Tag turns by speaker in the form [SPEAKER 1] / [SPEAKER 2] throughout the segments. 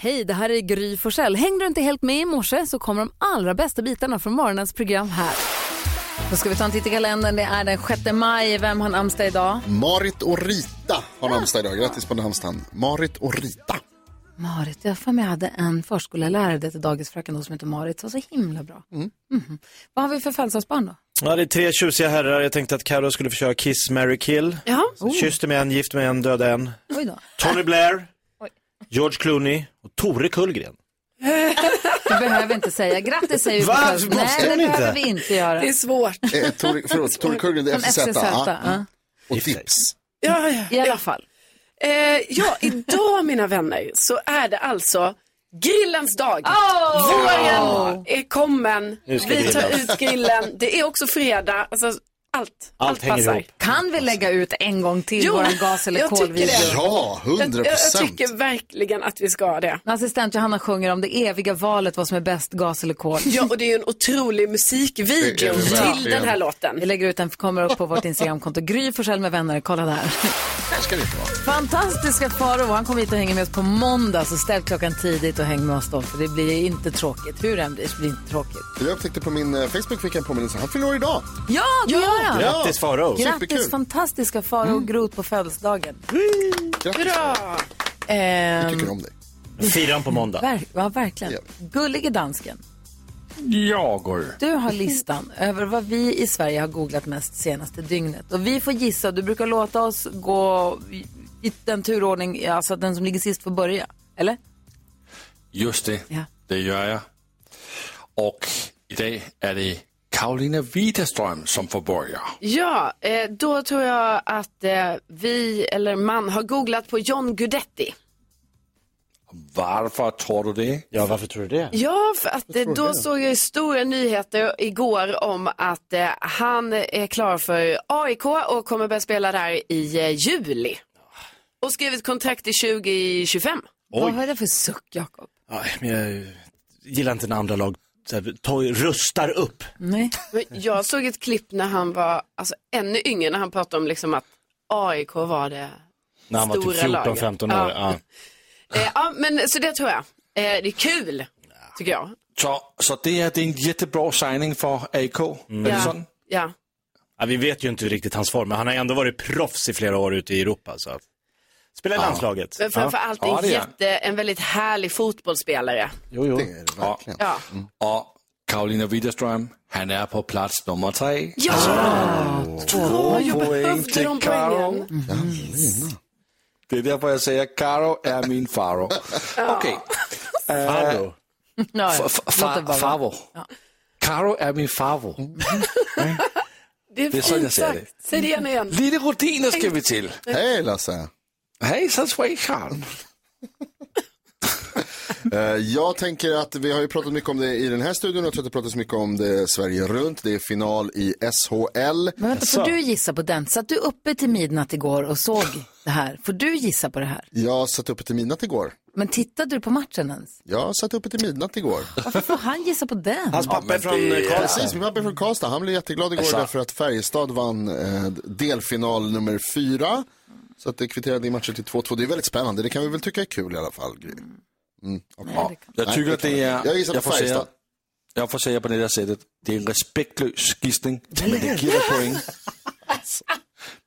[SPEAKER 1] Hej, det här är Gry Forssell. Hängde du inte helt med i morse så kommer de allra bästa bitarna från morgonens program här. Då ska vi ta en titt i kalendern. Det är den 6 maj. Vem har namnsdag idag?
[SPEAKER 2] Marit och Rita
[SPEAKER 3] Ah.
[SPEAKER 2] har namnsdag idag. Grattis på namnsdagen. Marit och Rita.
[SPEAKER 1] Marit, jag har för mig jag hade en förskollärare, det hette dagisfröken då, som hette Marit. Så så himla bra. Mhm. Vad har vi för födelsedagsbarn då?
[SPEAKER 4] Ja, det är tre tjusiga herrar. Jag tänkte att Carro skulle försöka kiss, marry, kill.
[SPEAKER 1] Ja.
[SPEAKER 3] Oh.
[SPEAKER 4] Kysste med en, gift med en, döda en.
[SPEAKER 1] Oj då.
[SPEAKER 4] Tony Blair, George Clooney och Tore Kullgren.
[SPEAKER 1] Det behöver inte säga. Grattis säger vi på
[SPEAKER 4] Va?
[SPEAKER 1] födelsedagen.
[SPEAKER 4] Måste
[SPEAKER 1] Nej,
[SPEAKER 4] man
[SPEAKER 1] det
[SPEAKER 4] inte?
[SPEAKER 1] behöver vi inte göra.
[SPEAKER 3] Det är svårt.
[SPEAKER 2] Eh, Tor, förlåt, Tor Kullgren, det är
[SPEAKER 1] Som
[SPEAKER 2] FZ.
[SPEAKER 1] FCZ.
[SPEAKER 2] Ja.
[SPEAKER 1] Ja.
[SPEAKER 2] Ah. Och Dips.
[SPEAKER 3] Ja, ja.
[SPEAKER 1] Mm. I alla fall.
[SPEAKER 3] Eh, ja, idag mina vänner så är det alltså grillens dag. Våren är kommen.
[SPEAKER 4] Nu ska
[SPEAKER 3] Vi tar
[SPEAKER 4] grillas.
[SPEAKER 3] ut grillen. Det är också fredag. Alltså, allt, allt,
[SPEAKER 4] Allt hänger
[SPEAKER 3] passar.
[SPEAKER 4] ihop.
[SPEAKER 1] Kan vi lägga ut en gång till
[SPEAKER 3] Jo,
[SPEAKER 1] vår gas eller
[SPEAKER 3] jag tycker det.
[SPEAKER 1] kolvideo?
[SPEAKER 2] Ja,
[SPEAKER 3] Jag,
[SPEAKER 2] hundra
[SPEAKER 3] jag, jag
[SPEAKER 2] procent.
[SPEAKER 3] tycker verkligen att vi ska det.
[SPEAKER 1] När Assistent Johanna sjunger om det eviga valet, vad som är bäst, gas eller kol.
[SPEAKER 3] Ja, och det är ju en otrolig
[SPEAKER 2] Det är
[SPEAKER 3] musikvideo
[SPEAKER 2] det
[SPEAKER 3] till
[SPEAKER 2] verkligen.
[SPEAKER 3] den här låten.
[SPEAKER 1] Vi lägger ut den, kommer upp på vårt Instagramkonto. Gry Forssell med vänner, kolla där.
[SPEAKER 2] Det ska det inte vara.
[SPEAKER 1] Fantastiska Faro, han kommer hit och hänger med oss på måndag. Så ställ klockan tidigt och häng med oss då, för det blir inte tråkigt. Hur det än blir så blir det inte tråkigt.
[SPEAKER 2] Jag upptäckte på min eh, Facebook fick jag en påminnelse. Han fyller år idag.
[SPEAKER 1] Ja, det gör han!
[SPEAKER 4] Grattis Farao.
[SPEAKER 1] Grattis
[SPEAKER 2] superkul. Mm.
[SPEAKER 1] fantastiska Faro och Groth på födelsedagen. Ehm,
[SPEAKER 2] Grattis.
[SPEAKER 3] Bra!
[SPEAKER 2] Jag tycker om dig.
[SPEAKER 4] Firan på måndag.
[SPEAKER 1] Ver- ja, verkligen.
[SPEAKER 2] Ja.
[SPEAKER 1] Gullige dansken. Jagar. Du har listan över vad vi i Sverige har googlat mest senaste dygnet. Och vi får gissa. Du brukar låta oss gå i i den turordning, alltså den som ligger sist får börja. Eller?
[SPEAKER 5] Just det,
[SPEAKER 1] Ja.
[SPEAKER 5] det gör jag. Och idag är det Karolina Widerström som får börja.
[SPEAKER 3] Ja, eh, då tror jag att eh, vi, eller man, har googlat på John Guidetti.
[SPEAKER 5] Varför tror du det?
[SPEAKER 4] Ja, varför tror du det?
[SPEAKER 3] Ja, för att eh, då såg jag ju stora nyheter igår om att eh, han är klar för AIK och kommer börja spela där i eh, juli. Och skrivit kontrakt i 2025.
[SPEAKER 1] Vad var det för suck, Jakob?
[SPEAKER 4] Nej, men jag gillar inte när andra lag så här, toj- rustar upp.
[SPEAKER 1] Nej.
[SPEAKER 3] Men jag såg ett klipp när han var alltså, ännu yngre, när han pratade om liksom att AIK var det.
[SPEAKER 4] När han var
[SPEAKER 3] Stora
[SPEAKER 4] typ
[SPEAKER 3] laget.
[SPEAKER 4] 14-15 år.
[SPEAKER 3] Ja.
[SPEAKER 4] Ja.
[SPEAKER 3] Eh, ja, men så det tror jag. Eh, det är kul, tycker jag.
[SPEAKER 5] Så, så det, är, det är en jättebra signing för AIK. Är det sån?
[SPEAKER 3] Ja.
[SPEAKER 4] Ja, vi vet ju inte riktigt hans form, men han har ändå varit proffs i flera år ute i Europa. Så. att- Spelar i landslaget.
[SPEAKER 3] Men framförallt
[SPEAKER 5] Ja,
[SPEAKER 3] en,
[SPEAKER 5] det är
[SPEAKER 3] jätte, en väldigt härlig fotbollsspelare.
[SPEAKER 4] Jo, jo.
[SPEAKER 2] Det är det verkligen.
[SPEAKER 3] Ja.
[SPEAKER 5] Och Karolina Widerström, han är på plats nummer tre.
[SPEAKER 3] Ja! Två jag behövde de poängen.
[SPEAKER 5] Det är därför jag säger Karo är min faro. Okej,
[SPEAKER 4] Farao.
[SPEAKER 1] Ja, ja.
[SPEAKER 5] fa- fa-
[SPEAKER 1] Låt det
[SPEAKER 5] fa-
[SPEAKER 1] bara vara.
[SPEAKER 5] favo. Karo är min favo.
[SPEAKER 3] Mm. Det är,
[SPEAKER 5] Det är så jag
[SPEAKER 3] fint
[SPEAKER 5] ser det.
[SPEAKER 3] sagt. Säg det igen igen.
[SPEAKER 5] Lite rutiner ska vi till.
[SPEAKER 2] Hej Lasse.
[SPEAKER 5] Hejsan svejsan.
[SPEAKER 2] Eh, Jag tänker att vi har ju pratat mycket om det i den här studion och jag tror att det pratas mycket om det Sverige runt. Det är final i SHL.
[SPEAKER 1] Men vänta, får du gissa på den? Satt du uppe till midnatt igår och såg det här? Får du gissa på det här?
[SPEAKER 2] Jag satt uppe till midnatt igår.
[SPEAKER 1] Men tittade du på matchen ens?
[SPEAKER 2] Jag satt uppe till midnatt igår.
[SPEAKER 1] Varför får han gissa på den?
[SPEAKER 4] Hans pappa är från
[SPEAKER 5] det-
[SPEAKER 4] Karlstad.
[SPEAKER 2] Precis, min pappa är från Karlstad. Han blev jätteglad igår
[SPEAKER 5] Asså.
[SPEAKER 2] därför att Färjestad vann eh, delfinal nummer fyra. Så att det kvitterade i matcher till 2-2. Det är väldigt spännande. Det kan vi väl tycka är kul i alla fall. Gry. Mm. okej.
[SPEAKER 5] Ja, jag
[SPEAKER 2] Nej,
[SPEAKER 5] tycker
[SPEAKER 2] det
[SPEAKER 5] att det
[SPEAKER 2] kan
[SPEAKER 5] är...
[SPEAKER 2] jag. Jag gissar på
[SPEAKER 5] får säga,
[SPEAKER 2] Färjestad.
[SPEAKER 5] jag får säga på det här sättet, det är en respektlös gissning, men det ger dig poäng.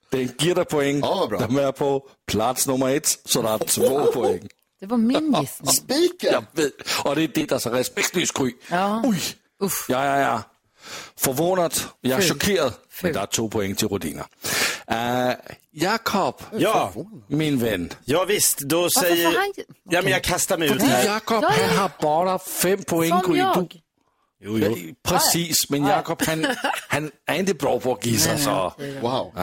[SPEAKER 5] Den ger dig poäng.
[SPEAKER 2] Ja, vad bra.
[SPEAKER 5] De är på plats nummer ett, så det är två poäng.
[SPEAKER 1] Det var min gissning.
[SPEAKER 2] Spiken!
[SPEAKER 5] Jag vet. Och det är det, alltså respektlös Gry.
[SPEAKER 1] Ja.
[SPEAKER 5] Oj! Ja, ja, ja. Förvånad, jag är
[SPEAKER 1] Fy.
[SPEAKER 5] chockerad, men det är två poäng till Rodina. Uh, Jakob,
[SPEAKER 4] Ja,
[SPEAKER 5] min vän.
[SPEAKER 4] ja visst. Då säger...
[SPEAKER 1] får han-
[SPEAKER 4] Ja, men jag kastar mig ut här.
[SPEAKER 5] Jakob,
[SPEAKER 1] Ja, ja.
[SPEAKER 5] han har bara fem poäng.
[SPEAKER 1] Som
[SPEAKER 5] Gry. Du-
[SPEAKER 1] jag.
[SPEAKER 4] Jo, jo.
[SPEAKER 5] Precis, men Jakob han, han är inte bra på att gissa så.
[SPEAKER 2] Wow.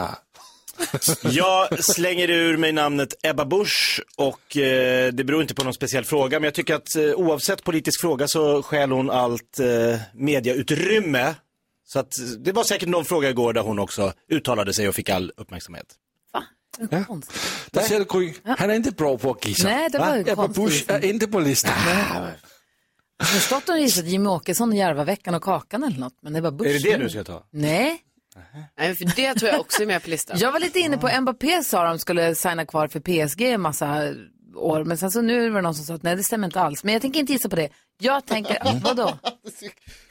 [SPEAKER 4] Jag slänger ur mig namnet Ebba Busch och eh, det beror inte på någon speciell fråga men jag tycker att eh, oavsett politisk fråga så stjäl hon allt eh, mediautrymme. Så att eh, det var säkert någon fråga igår där hon också uttalade sig och fick all uppmärksamhet.
[SPEAKER 1] Va? Det var konstigt.
[SPEAKER 5] Där ser du Gry, han är inte bra på att gissa.
[SPEAKER 1] Nej, det var ju
[SPEAKER 5] Ebba
[SPEAKER 1] konstigt.
[SPEAKER 5] Busch är inte på listan.
[SPEAKER 1] Jag har förstått om det är så att Jimmy Åkesson och Järvaveckan och Kakan eller något, men det var Bush.
[SPEAKER 4] Är det det du ska ta?
[SPEAKER 1] Nej,
[SPEAKER 3] Nej, för det tror jag också är med på listan.
[SPEAKER 1] jag var lite inne på Mbappé sa de skulle signa kvar för PSG, massa år. Men sen så nu var det någon som sa att nej, det stämmer inte alls. Men jag tänker inte gissa på det. Jag tänker, ah, vadå?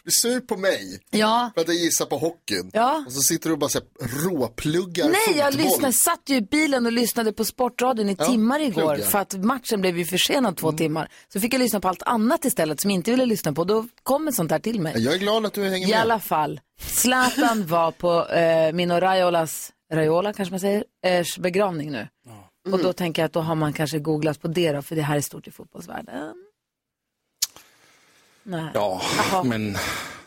[SPEAKER 2] Du är sur på mig
[SPEAKER 1] Ja.
[SPEAKER 2] för att jag gissar på hockeyn.
[SPEAKER 1] Ja.
[SPEAKER 2] Och så sitter du och bara så här, råpluggar
[SPEAKER 1] Nej, jag
[SPEAKER 2] fotboll.
[SPEAKER 1] lyssnade, satt ju i bilen och lyssnade på Sportradion i
[SPEAKER 2] Ja, Mm.
[SPEAKER 1] timmar igår
[SPEAKER 2] plugga.
[SPEAKER 1] för att matchen blev ju försenad två timmar. Så fick jag lyssna på allt annat istället som jag inte ville lyssna på. Då kom ett sånt här till mig.
[SPEAKER 2] Jag är glad att du hänger
[SPEAKER 1] I
[SPEAKER 2] med.
[SPEAKER 1] alla fall, Zlatan var på eh, Mino Raiolas, Raiola kanske man säger, ers begravning nu. Och då tänker jag att då har man kanske googlat på det då, för det här är stort i fotbollsvärlden. Nej.
[SPEAKER 5] Ja,
[SPEAKER 1] Jaha.
[SPEAKER 5] men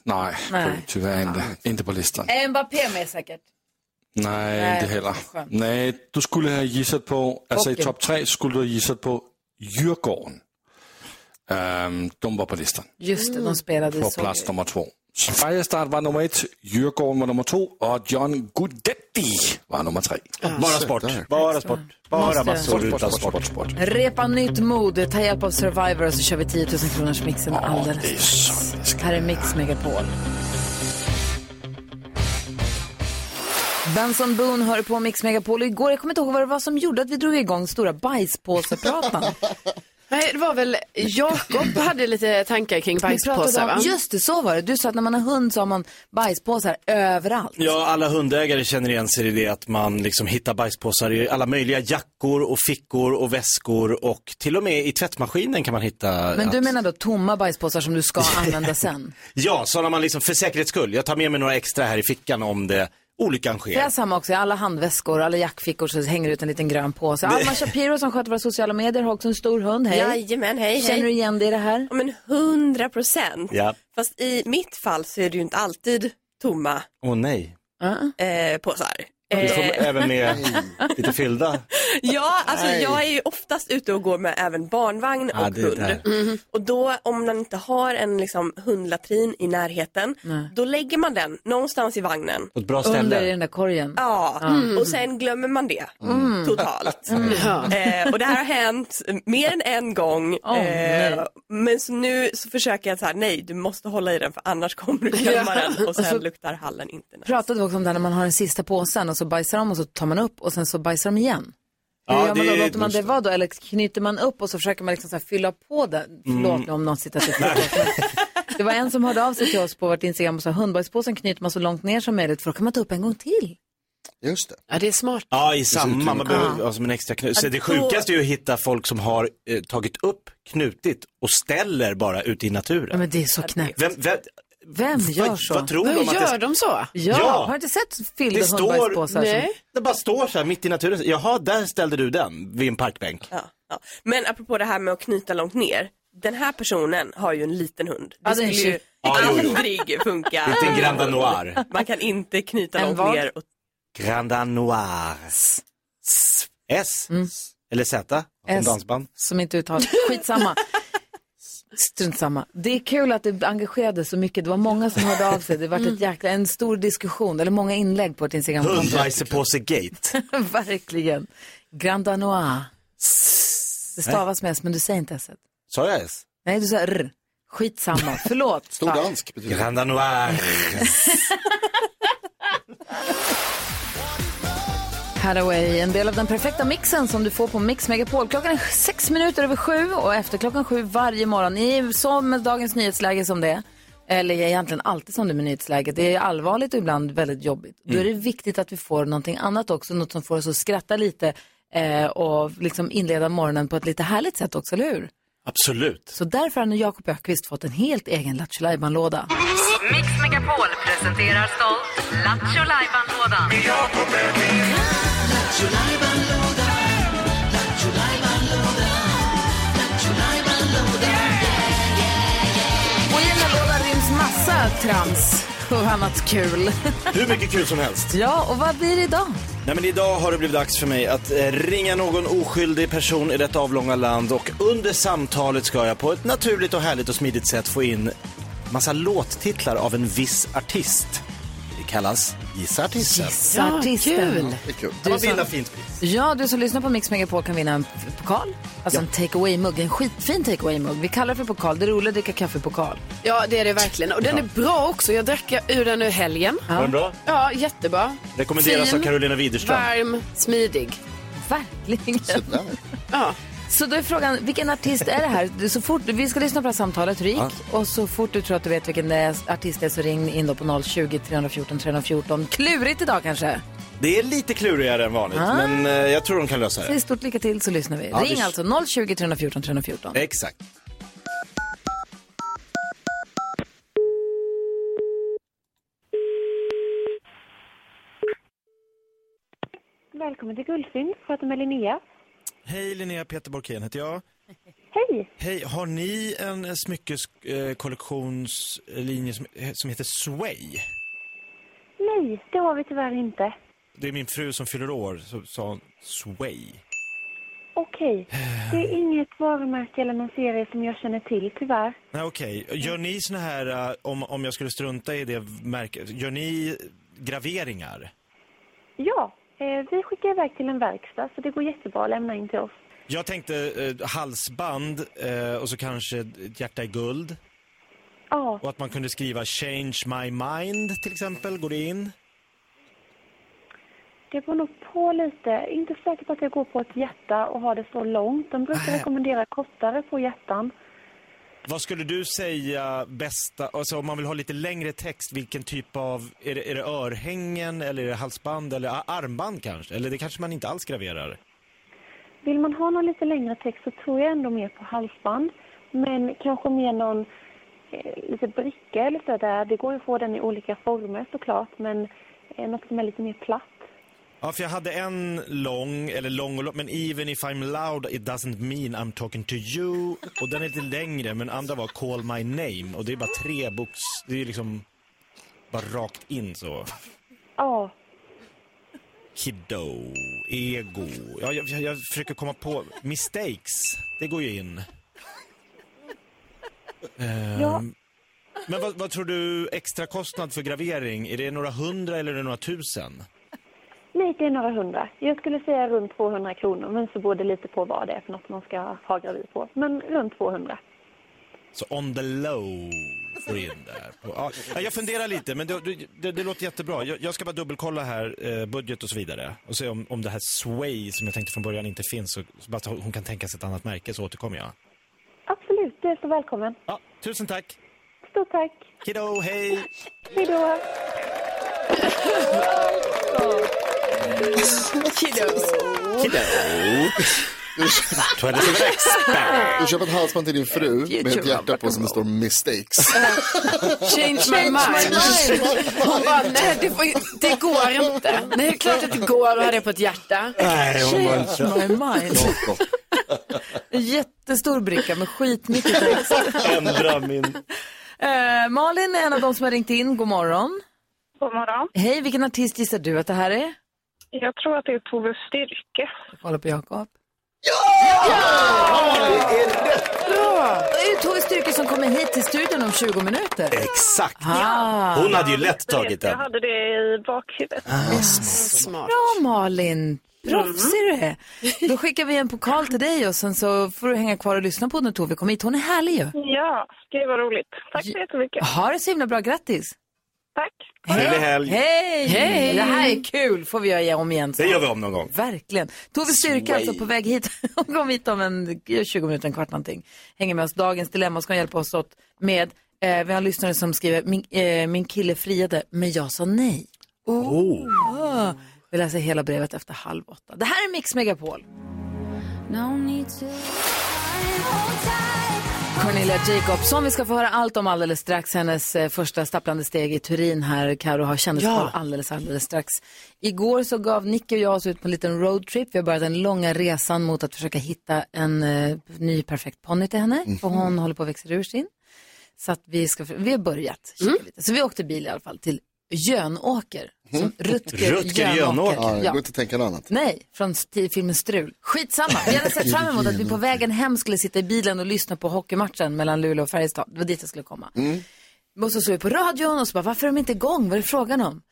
[SPEAKER 5] nej,
[SPEAKER 1] Nej.
[SPEAKER 5] tyvärr inte. Inte på listan.
[SPEAKER 1] Är Mbappé med säkert?
[SPEAKER 5] Nej,
[SPEAKER 1] Nej,
[SPEAKER 5] inte heller.
[SPEAKER 1] skönt.
[SPEAKER 5] Nej, du skulle ha gissat på, alltså i
[SPEAKER 1] Hockeyn.
[SPEAKER 5] topp tre skulle du ha gissat på Djurgården. Ehm, de var på listan,
[SPEAKER 1] Just det, de spelade i
[SPEAKER 5] på
[SPEAKER 1] Sovjet.
[SPEAKER 5] plats nummer två. Färjestad var nummer ett, Djurgården var nummer två och John Guidetti var nummer tre.
[SPEAKER 4] Bara sport.
[SPEAKER 2] Där.
[SPEAKER 4] Bara sport. Bara
[SPEAKER 1] Måste.
[SPEAKER 4] massor utav sport.
[SPEAKER 5] sport, sport.
[SPEAKER 1] Repa nytt mod, ta hjälp av Survivor och så kör vi 10 000 kronors mixen alldeles
[SPEAKER 5] det är så
[SPEAKER 1] strax. Här är Mix Megapol. Benson Boone hör på Mix Megapol och igår, jag kommer inte ihåg vad det var som gjorde att vi drog igång stora bajspåsepratan.
[SPEAKER 3] Nej, det var väl Jakob hade lite tankar kring
[SPEAKER 1] Vi pratade
[SPEAKER 3] bajspåsar va?
[SPEAKER 1] om, just det, så var det. Du sa att när man har hund så har man bajspåsar överallt.
[SPEAKER 4] Ja, alla hundägare känner igen sig i det att man liksom hittar bajspåsar i alla möjliga jackor och fickor och väskor och till och med i tvättmaskinen kan man hitta.
[SPEAKER 1] Men du
[SPEAKER 4] att-
[SPEAKER 1] menar då tomma bajspåsar som du ska använda sen?
[SPEAKER 4] Ja, sådana man liksom för säkerhets skull. Jag tar med mig några extra här i fickan om det olyckan
[SPEAKER 1] Det är
[SPEAKER 4] sker.
[SPEAKER 1] samma också. I alla handväskor, alla jackfickor så hänger det ut en liten grön påse. Alma Shapiro som sköter våra sociala medier har också en stor hund. Hej!
[SPEAKER 6] Jajamän, hej
[SPEAKER 1] Känner du
[SPEAKER 6] hej.
[SPEAKER 1] igen dig i det här?
[SPEAKER 6] Ja, men hundra procent.
[SPEAKER 4] Ja.
[SPEAKER 6] Fast i mitt fall så är det ju inte alltid tomma
[SPEAKER 4] Åh nej.
[SPEAKER 6] eh, påsar.
[SPEAKER 4] Du
[SPEAKER 6] Eh,
[SPEAKER 4] får även med lite fyllda.
[SPEAKER 6] ja, alltså
[SPEAKER 2] Nej.
[SPEAKER 6] jag är ju oftast ute och går med även barnvagn
[SPEAKER 4] Ja,
[SPEAKER 6] och
[SPEAKER 4] det är
[SPEAKER 6] hund.
[SPEAKER 4] där.
[SPEAKER 6] Och då om man inte har en liksom, hundlatrin i närheten, då lägger man den någonstans i vagnen.
[SPEAKER 4] På ett bra
[SPEAKER 1] Under i
[SPEAKER 4] ställe.
[SPEAKER 1] den där korgen.
[SPEAKER 6] Ja,
[SPEAKER 7] Mm.
[SPEAKER 6] och sen glömmer man det totalt.
[SPEAKER 3] Ja.
[SPEAKER 6] Eh, och det här har hänt mer än en gång. eh,
[SPEAKER 1] Åh, nej.
[SPEAKER 6] men så nu så försöker jag så här, nej du måste hålla i den för annars kommer du glömma den och sen
[SPEAKER 7] Alltså-
[SPEAKER 1] så-
[SPEAKER 6] luktar hallen inte nice.
[SPEAKER 1] Pratade vi också om det här när man har den sista påsen och så bajsar de och så tar man upp och sen så bajsar de igen. Hur
[SPEAKER 4] Ja,
[SPEAKER 1] gör man då?
[SPEAKER 4] det-
[SPEAKER 1] Låter man det vara då eller knyter man upp och så försöker man liksom så här fylla på den? Förlåt
[SPEAKER 4] Mm.
[SPEAKER 1] nu om någon sitter och tittar. Det var en som hörde av sig till oss på vårt Instagram och sa hundbajspåsen knyter man så långt ner som möjligt för då kan man ta upp en gång till.
[SPEAKER 2] Just det.
[SPEAKER 3] ja, det är smart.
[SPEAKER 4] Ja, i samma. Man behöver ja. som en extra knut. Så det sjukaste är ju att hitta folk som har eh, tagit upp, knutit och ställer bara ute i
[SPEAKER 1] Ja,
[SPEAKER 4] naturen.
[SPEAKER 1] men det är så knäppt.
[SPEAKER 4] Vem, vem,
[SPEAKER 1] Vem gör
[SPEAKER 4] vad,
[SPEAKER 1] så?
[SPEAKER 4] vad tror de
[SPEAKER 3] Men
[SPEAKER 4] att det
[SPEAKER 3] gör de så?
[SPEAKER 1] Ja,
[SPEAKER 4] Ja.
[SPEAKER 1] har du inte sett fyllda
[SPEAKER 4] Det står-
[SPEAKER 1] hundbajspåsar? som-
[SPEAKER 3] Nej.
[SPEAKER 4] Det bara står så här mitt i naturen. Jaha, där ställde du den vid en parkbänk.
[SPEAKER 6] Ja, ja. Men apropå det här med att knyta långt ner. Den här personen har ju en liten hund.
[SPEAKER 1] Ja,
[SPEAKER 6] Det
[SPEAKER 3] Alltså,
[SPEAKER 1] det är en
[SPEAKER 6] skulle ju
[SPEAKER 1] tjej.
[SPEAKER 4] Ja, jo, jo.
[SPEAKER 6] aldrig funka.
[SPEAKER 4] Inte en Granda Noir.
[SPEAKER 6] Man kan inte knyta
[SPEAKER 1] En
[SPEAKER 6] långt
[SPEAKER 1] vad?
[SPEAKER 6] ner. Och...
[SPEAKER 4] Granda Noir. S. S. Eller Z. Som
[SPEAKER 1] S.
[SPEAKER 4] dansband.
[SPEAKER 1] som inte uttalas. Skitsamma. Strunt samma. Det är kul att du engagerade så mycket. Det var många som hörde av sig. Det var ett jäkla, en stor diskussion, eller många inlägg på ett instagram
[SPEAKER 4] Hundbajsepåse Gate.
[SPEAKER 1] Verkligen. Grand Anois. Det stavas med S, men du säger inte S.
[SPEAKER 4] Sa jag S?
[SPEAKER 1] Nej, du sa R. Skitsamma. Förlåt.
[SPEAKER 2] Stor dansk betyder det.
[SPEAKER 4] Granda Noir.
[SPEAKER 1] Hathaway, en del av den perfekta mixen som du får på Mix Megapol. Klockan är sex minuter över sju och efter klockan sju varje morgon. I som med dagens nyhetsläge som det är, eller egentligen alltid som det är med nyhetsläget. Det är allvarligt och ibland väldigt jobbigt. Då är det viktigt att vi får någonting annat också, något som får oss att skratta lite eh, och liksom inleda morgonen på ett lite härligt sätt också, eller hur?
[SPEAKER 4] Absolut.
[SPEAKER 1] Så därför har nu Jakob Ökvist fått en helt egen Lattjo låda
[SPEAKER 8] Mix Megapol presenterar stolt Lattjo Lajban-lådan.
[SPEAKER 1] Och i den här lådan ryms massa trams och annat kul.
[SPEAKER 4] Hur mycket kul som helst.
[SPEAKER 1] ja, och vad blir det idag?
[SPEAKER 4] Nej men idag har det blivit dags för mig att eh, ringa någon oskyldig person i detta avlånga land och under samtalet ska jag på ett naturligt och härligt och smidigt sätt få in massa låttitlar av en viss artist. Det kallas Gissa artisten.
[SPEAKER 3] Ja,
[SPEAKER 1] Artisten.
[SPEAKER 3] kul.
[SPEAKER 2] Det är kul.
[SPEAKER 4] Det var bilda fint pris.
[SPEAKER 1] Ja, du som lyssnar på Mix Megapol kan vinna en f- pokal. Alltså en takeaway-mugg, en skitfin takeaway-mugg. Vi kallar det för pokal. Det är roligt att dricka kaffepokal.
[SPEAKER 3] Ja, det är det verkligen. Och den är bra också. Jag drack ur den nu i helgen.
[SPEAKER 4] Var den bra?
[SPEAKER 3] Ja, jättebra.
[SPEAKER 4] Rekommenderas
[SPEAKER 3] fin,
[SPEAKER 4] av Carolina Widerström.
[SPEAKER 3] varm, smidig.
[SPEAKER 1] Verkligen.
[SPEAKER 2] Sådär.
[SPEAKER 3] Ja.
[SPEAKER 1] Så då är frågan, vilken artist är det här? Du, Så fort, vi ska lyssna på det här samtalet, Ryk. Och så fort du tror att du vet vilken det är, artist det är så ring in då på 020 314 314. Klurigt idag kanske?
[SPEAKER 4] Det är lite klurigare än vanligt,
[SPEAKER 1] Ah.
[SPEAKER 4] men eh, jag tror de kan lösa
[SPEAKER 1] Säg
[SPEAKER 4] det.
[SPEAKER 1] stort lycka till så lyssnar vi.
[SPEAKER 4] Ja,
[SPEAKER 1] Ring
[SPEAKER 4] det-
[SPEAKER 1] alltså 020 314 314.
[SPEAKER 4] Exakt.
[SPEAKER 9] Välkommen till Guldfynd, pratar med Linnea.
[SPEAKER 4] Hej Linnea Peter Borkén heter jag.
[SPEAKER 9] Hej!
[SPEAKER 4] Hej, har ni en eh, smyckeskollektionslinje som, eh, som heter Sway?
[SPEAKER 9] Nej, det har vi tyvärr inte.
[SPEAKER 4] Det är min fru som fyller år, så sa hon Sway.
[SPEAKER 9] Okej, det är inget varumärke eller någon serie som jag känner till tyvärr.
[SPEAKER 4] Nej okej, gör ni såna här, eh, om, om jag skulle strunta i det märket, gör ni graveringar?
[SPEAKER 9] Ja, eh, vi skickar iväg till en verkstad så det går jättebra att lämna in till oss.
[SPEAKER 4] Jag tänkte eh, halsband eh, och så kanske ett hjärta i guld.
[SPEAKER 9] Ja,
[SPEAKER 4] Och att man kunde skriva change my mind till exempel, går det in?
[SPEAKER 9] det beror nog på lite. Inte säker på att jag går på ett hjärta och har det så långt. De brukar rekommendera kortare på hjärtan.
[SPEAKER 4] Vad skulle du säga bästa, alltså om man vill ha lite längre text, vilken typ av, är det, är det örhängen eller är det halsband eller a- armband kanske? Eller det kanske man inte alls graverar?
[SPEAKER 9] Vill man ha någon lite längre text så tror jag ändå mer på halsband. Men kanske mer någon eh, lite bricka eller så där. Det går ju att få den i olika former såklart. Men eh, något som är lite mer platt.
[SPEAKER 4] Ja, för jag hade en lång, eller lång och lång, men even if I'm loud it doesn't mean I'm talking to you. Och den är lite längre, men andra var call my name. Och det är bara tre boks, det är liksom bara rakt in så.
[SPEAKER 9] Ja,
[SPEAKER 4] Kiddo, ego. Ja, jag, jag, jag försöker komma på, mistakes, det går ju in. Ehm,
[SPEAKER 9] Ja.
[SPEAKER 4] Men vad, vad tror du extra kostnad för gravering? Är det några hundra eller är det några tusen?
[SPEAKER 9] nej det är några hundra. Jag skulle säga runt 200 kronor. Men så beror det lite på vad det är för något man ska ha gravid på. Men runt 200.
[SPEAKER 4] Så on the low går in där. Ja, jag funderar lite, men det, det, det låter jättebra. Jag, jag ska bara dubbelkolla här, eh, budget och så vidare. Och se om, om det här Sway som jag tänkte från början inte finns. Så, så bara att hon kan tänka sig ett annat märke så återkommer jag.
[SPEAKER 9] Absolut, du är så välkommen.
[SPEAKER 4] Ja, tusen tack.
[SPEAKER 9] Stort tack.
[SPEAKER 4] Kiddo, hej!
[SPEAKER 9] Hej då.
[SPEAKER 4] Kiddo!
[SPEAKER 2] Du köper ett halsband till din fru med ett hjärta på som det står mistakes.
[SPEAKER 3] Change my mind. Hon bara, nej det, får, det går inte. Nej, det är klart att det går att ha det på ett hjärta.
[SPEAKER 4] Nej, hon var inte...
[SPEAKER 1] My mind. En Jättestor bricka med skitmycket text.
[SPEAKER 4] Ändra min...
[SPEAKER 1] Eh, Malin är en av de som har ringt in. God morgon.
[SPEAKER 10] God morgon.
[SPEAKER 1] Hej, vilken artist gissar du att det här är?
[SPEAKER 10] Jag tror att det är Tove Styrke.
[SPEAKER 1] Kolla på Jakob. Ja! Det är rätt bra! Det är ju Tove Styrke som kommer hit till studion om 20 minuter.
[SPEAKER 4] Exakt!
[SPEAKER 1] Ah.
[SPEAKER 4] Hon hade ju lätt tagit
[SPEAKER 10] Jag
[SPEAKER 4] den.
[SPEAKER 10] hade det i bakhuvudet.
[SPEAKER 3] Smart.
[SPEAKER 1] Bra Malin! Proffsig du är. Då skickar vi en pokal till dig och sen så får du hänga kvar och lyssna på när Tove kommer hit. Hon är härlig ju.
[SPEAKER 10] Ja, det var roligt. Tack så jättemycket.
[SPEAKER 1] Ha det så himla bra, grattis!
[SPEAKER 10] Tack.
[SPEAKER 4] Trevlig helg.
[SPEAKER 1] Hej! Hej! Det här är kul, får vi göra om igen
[SPEAKER 4] Det
[SPEAKER 1] sen.
[SPEAKER 4] gör vi om någon gång.
[SPEAKER 1] Verkligen. Tove Styrka alltså på väg hit. Hon kom hit om en 20 minuter, en kvart någonting. Hänger med oss. Dagens Dilemma ska hon hjälpa oss åt med. Eh, vi har en lyssnare som skriver, min, eh, min kille friade men jag sa nej.
[SPEAKER 4] Oh.
[SPEAKER 1] Ah. Vi läser hela brevet efter halv åtta. Det här är Mix Megapol. Cornelia Jacobsson, vi ska få höra allt om alldeles strax. Hennes eh, första stapplande steg i Turin här. Karo har kändiskoll alldeles, alldeles strax. Igår så gav Nicky och jag oss ut på en liten roadtrip. Vi har börjat den långa resan mot att försöka hitta en eh, ny perfekt ponny till henne.
[SPEAKER 2] Mm.
[SPEAKER 1] För hon håller på att växa ur sin. Så att vi, ska, vi har börjat kika
[SPEAKER 2] Mm.
[SPEAKER 1] lite. Så vi åkte bil i alla fall till Jönåker. Som Rutger,
[SPEAKER 4] Rutger
[SPEAKER 1] Jönåker.
[SPEAKER 4] Jönåker.
[SPEAKER 2] Ja, det
[SPEAKER 1] Ja.
[SPEAKER 2] går inte att tänka något annat.
[SPEAKER 1] Nej, från st- filmen Strul. Skitsamma, vi hade sett fram emot att vi på vägen hem skulle sitta i bilen och lyssna på hockeymatchen mellan Luleå och Färjestad. Det var dit jag skulle komma. Och så slog vi på radion och så bara, varför är de inte igång? Vad är det frågan om?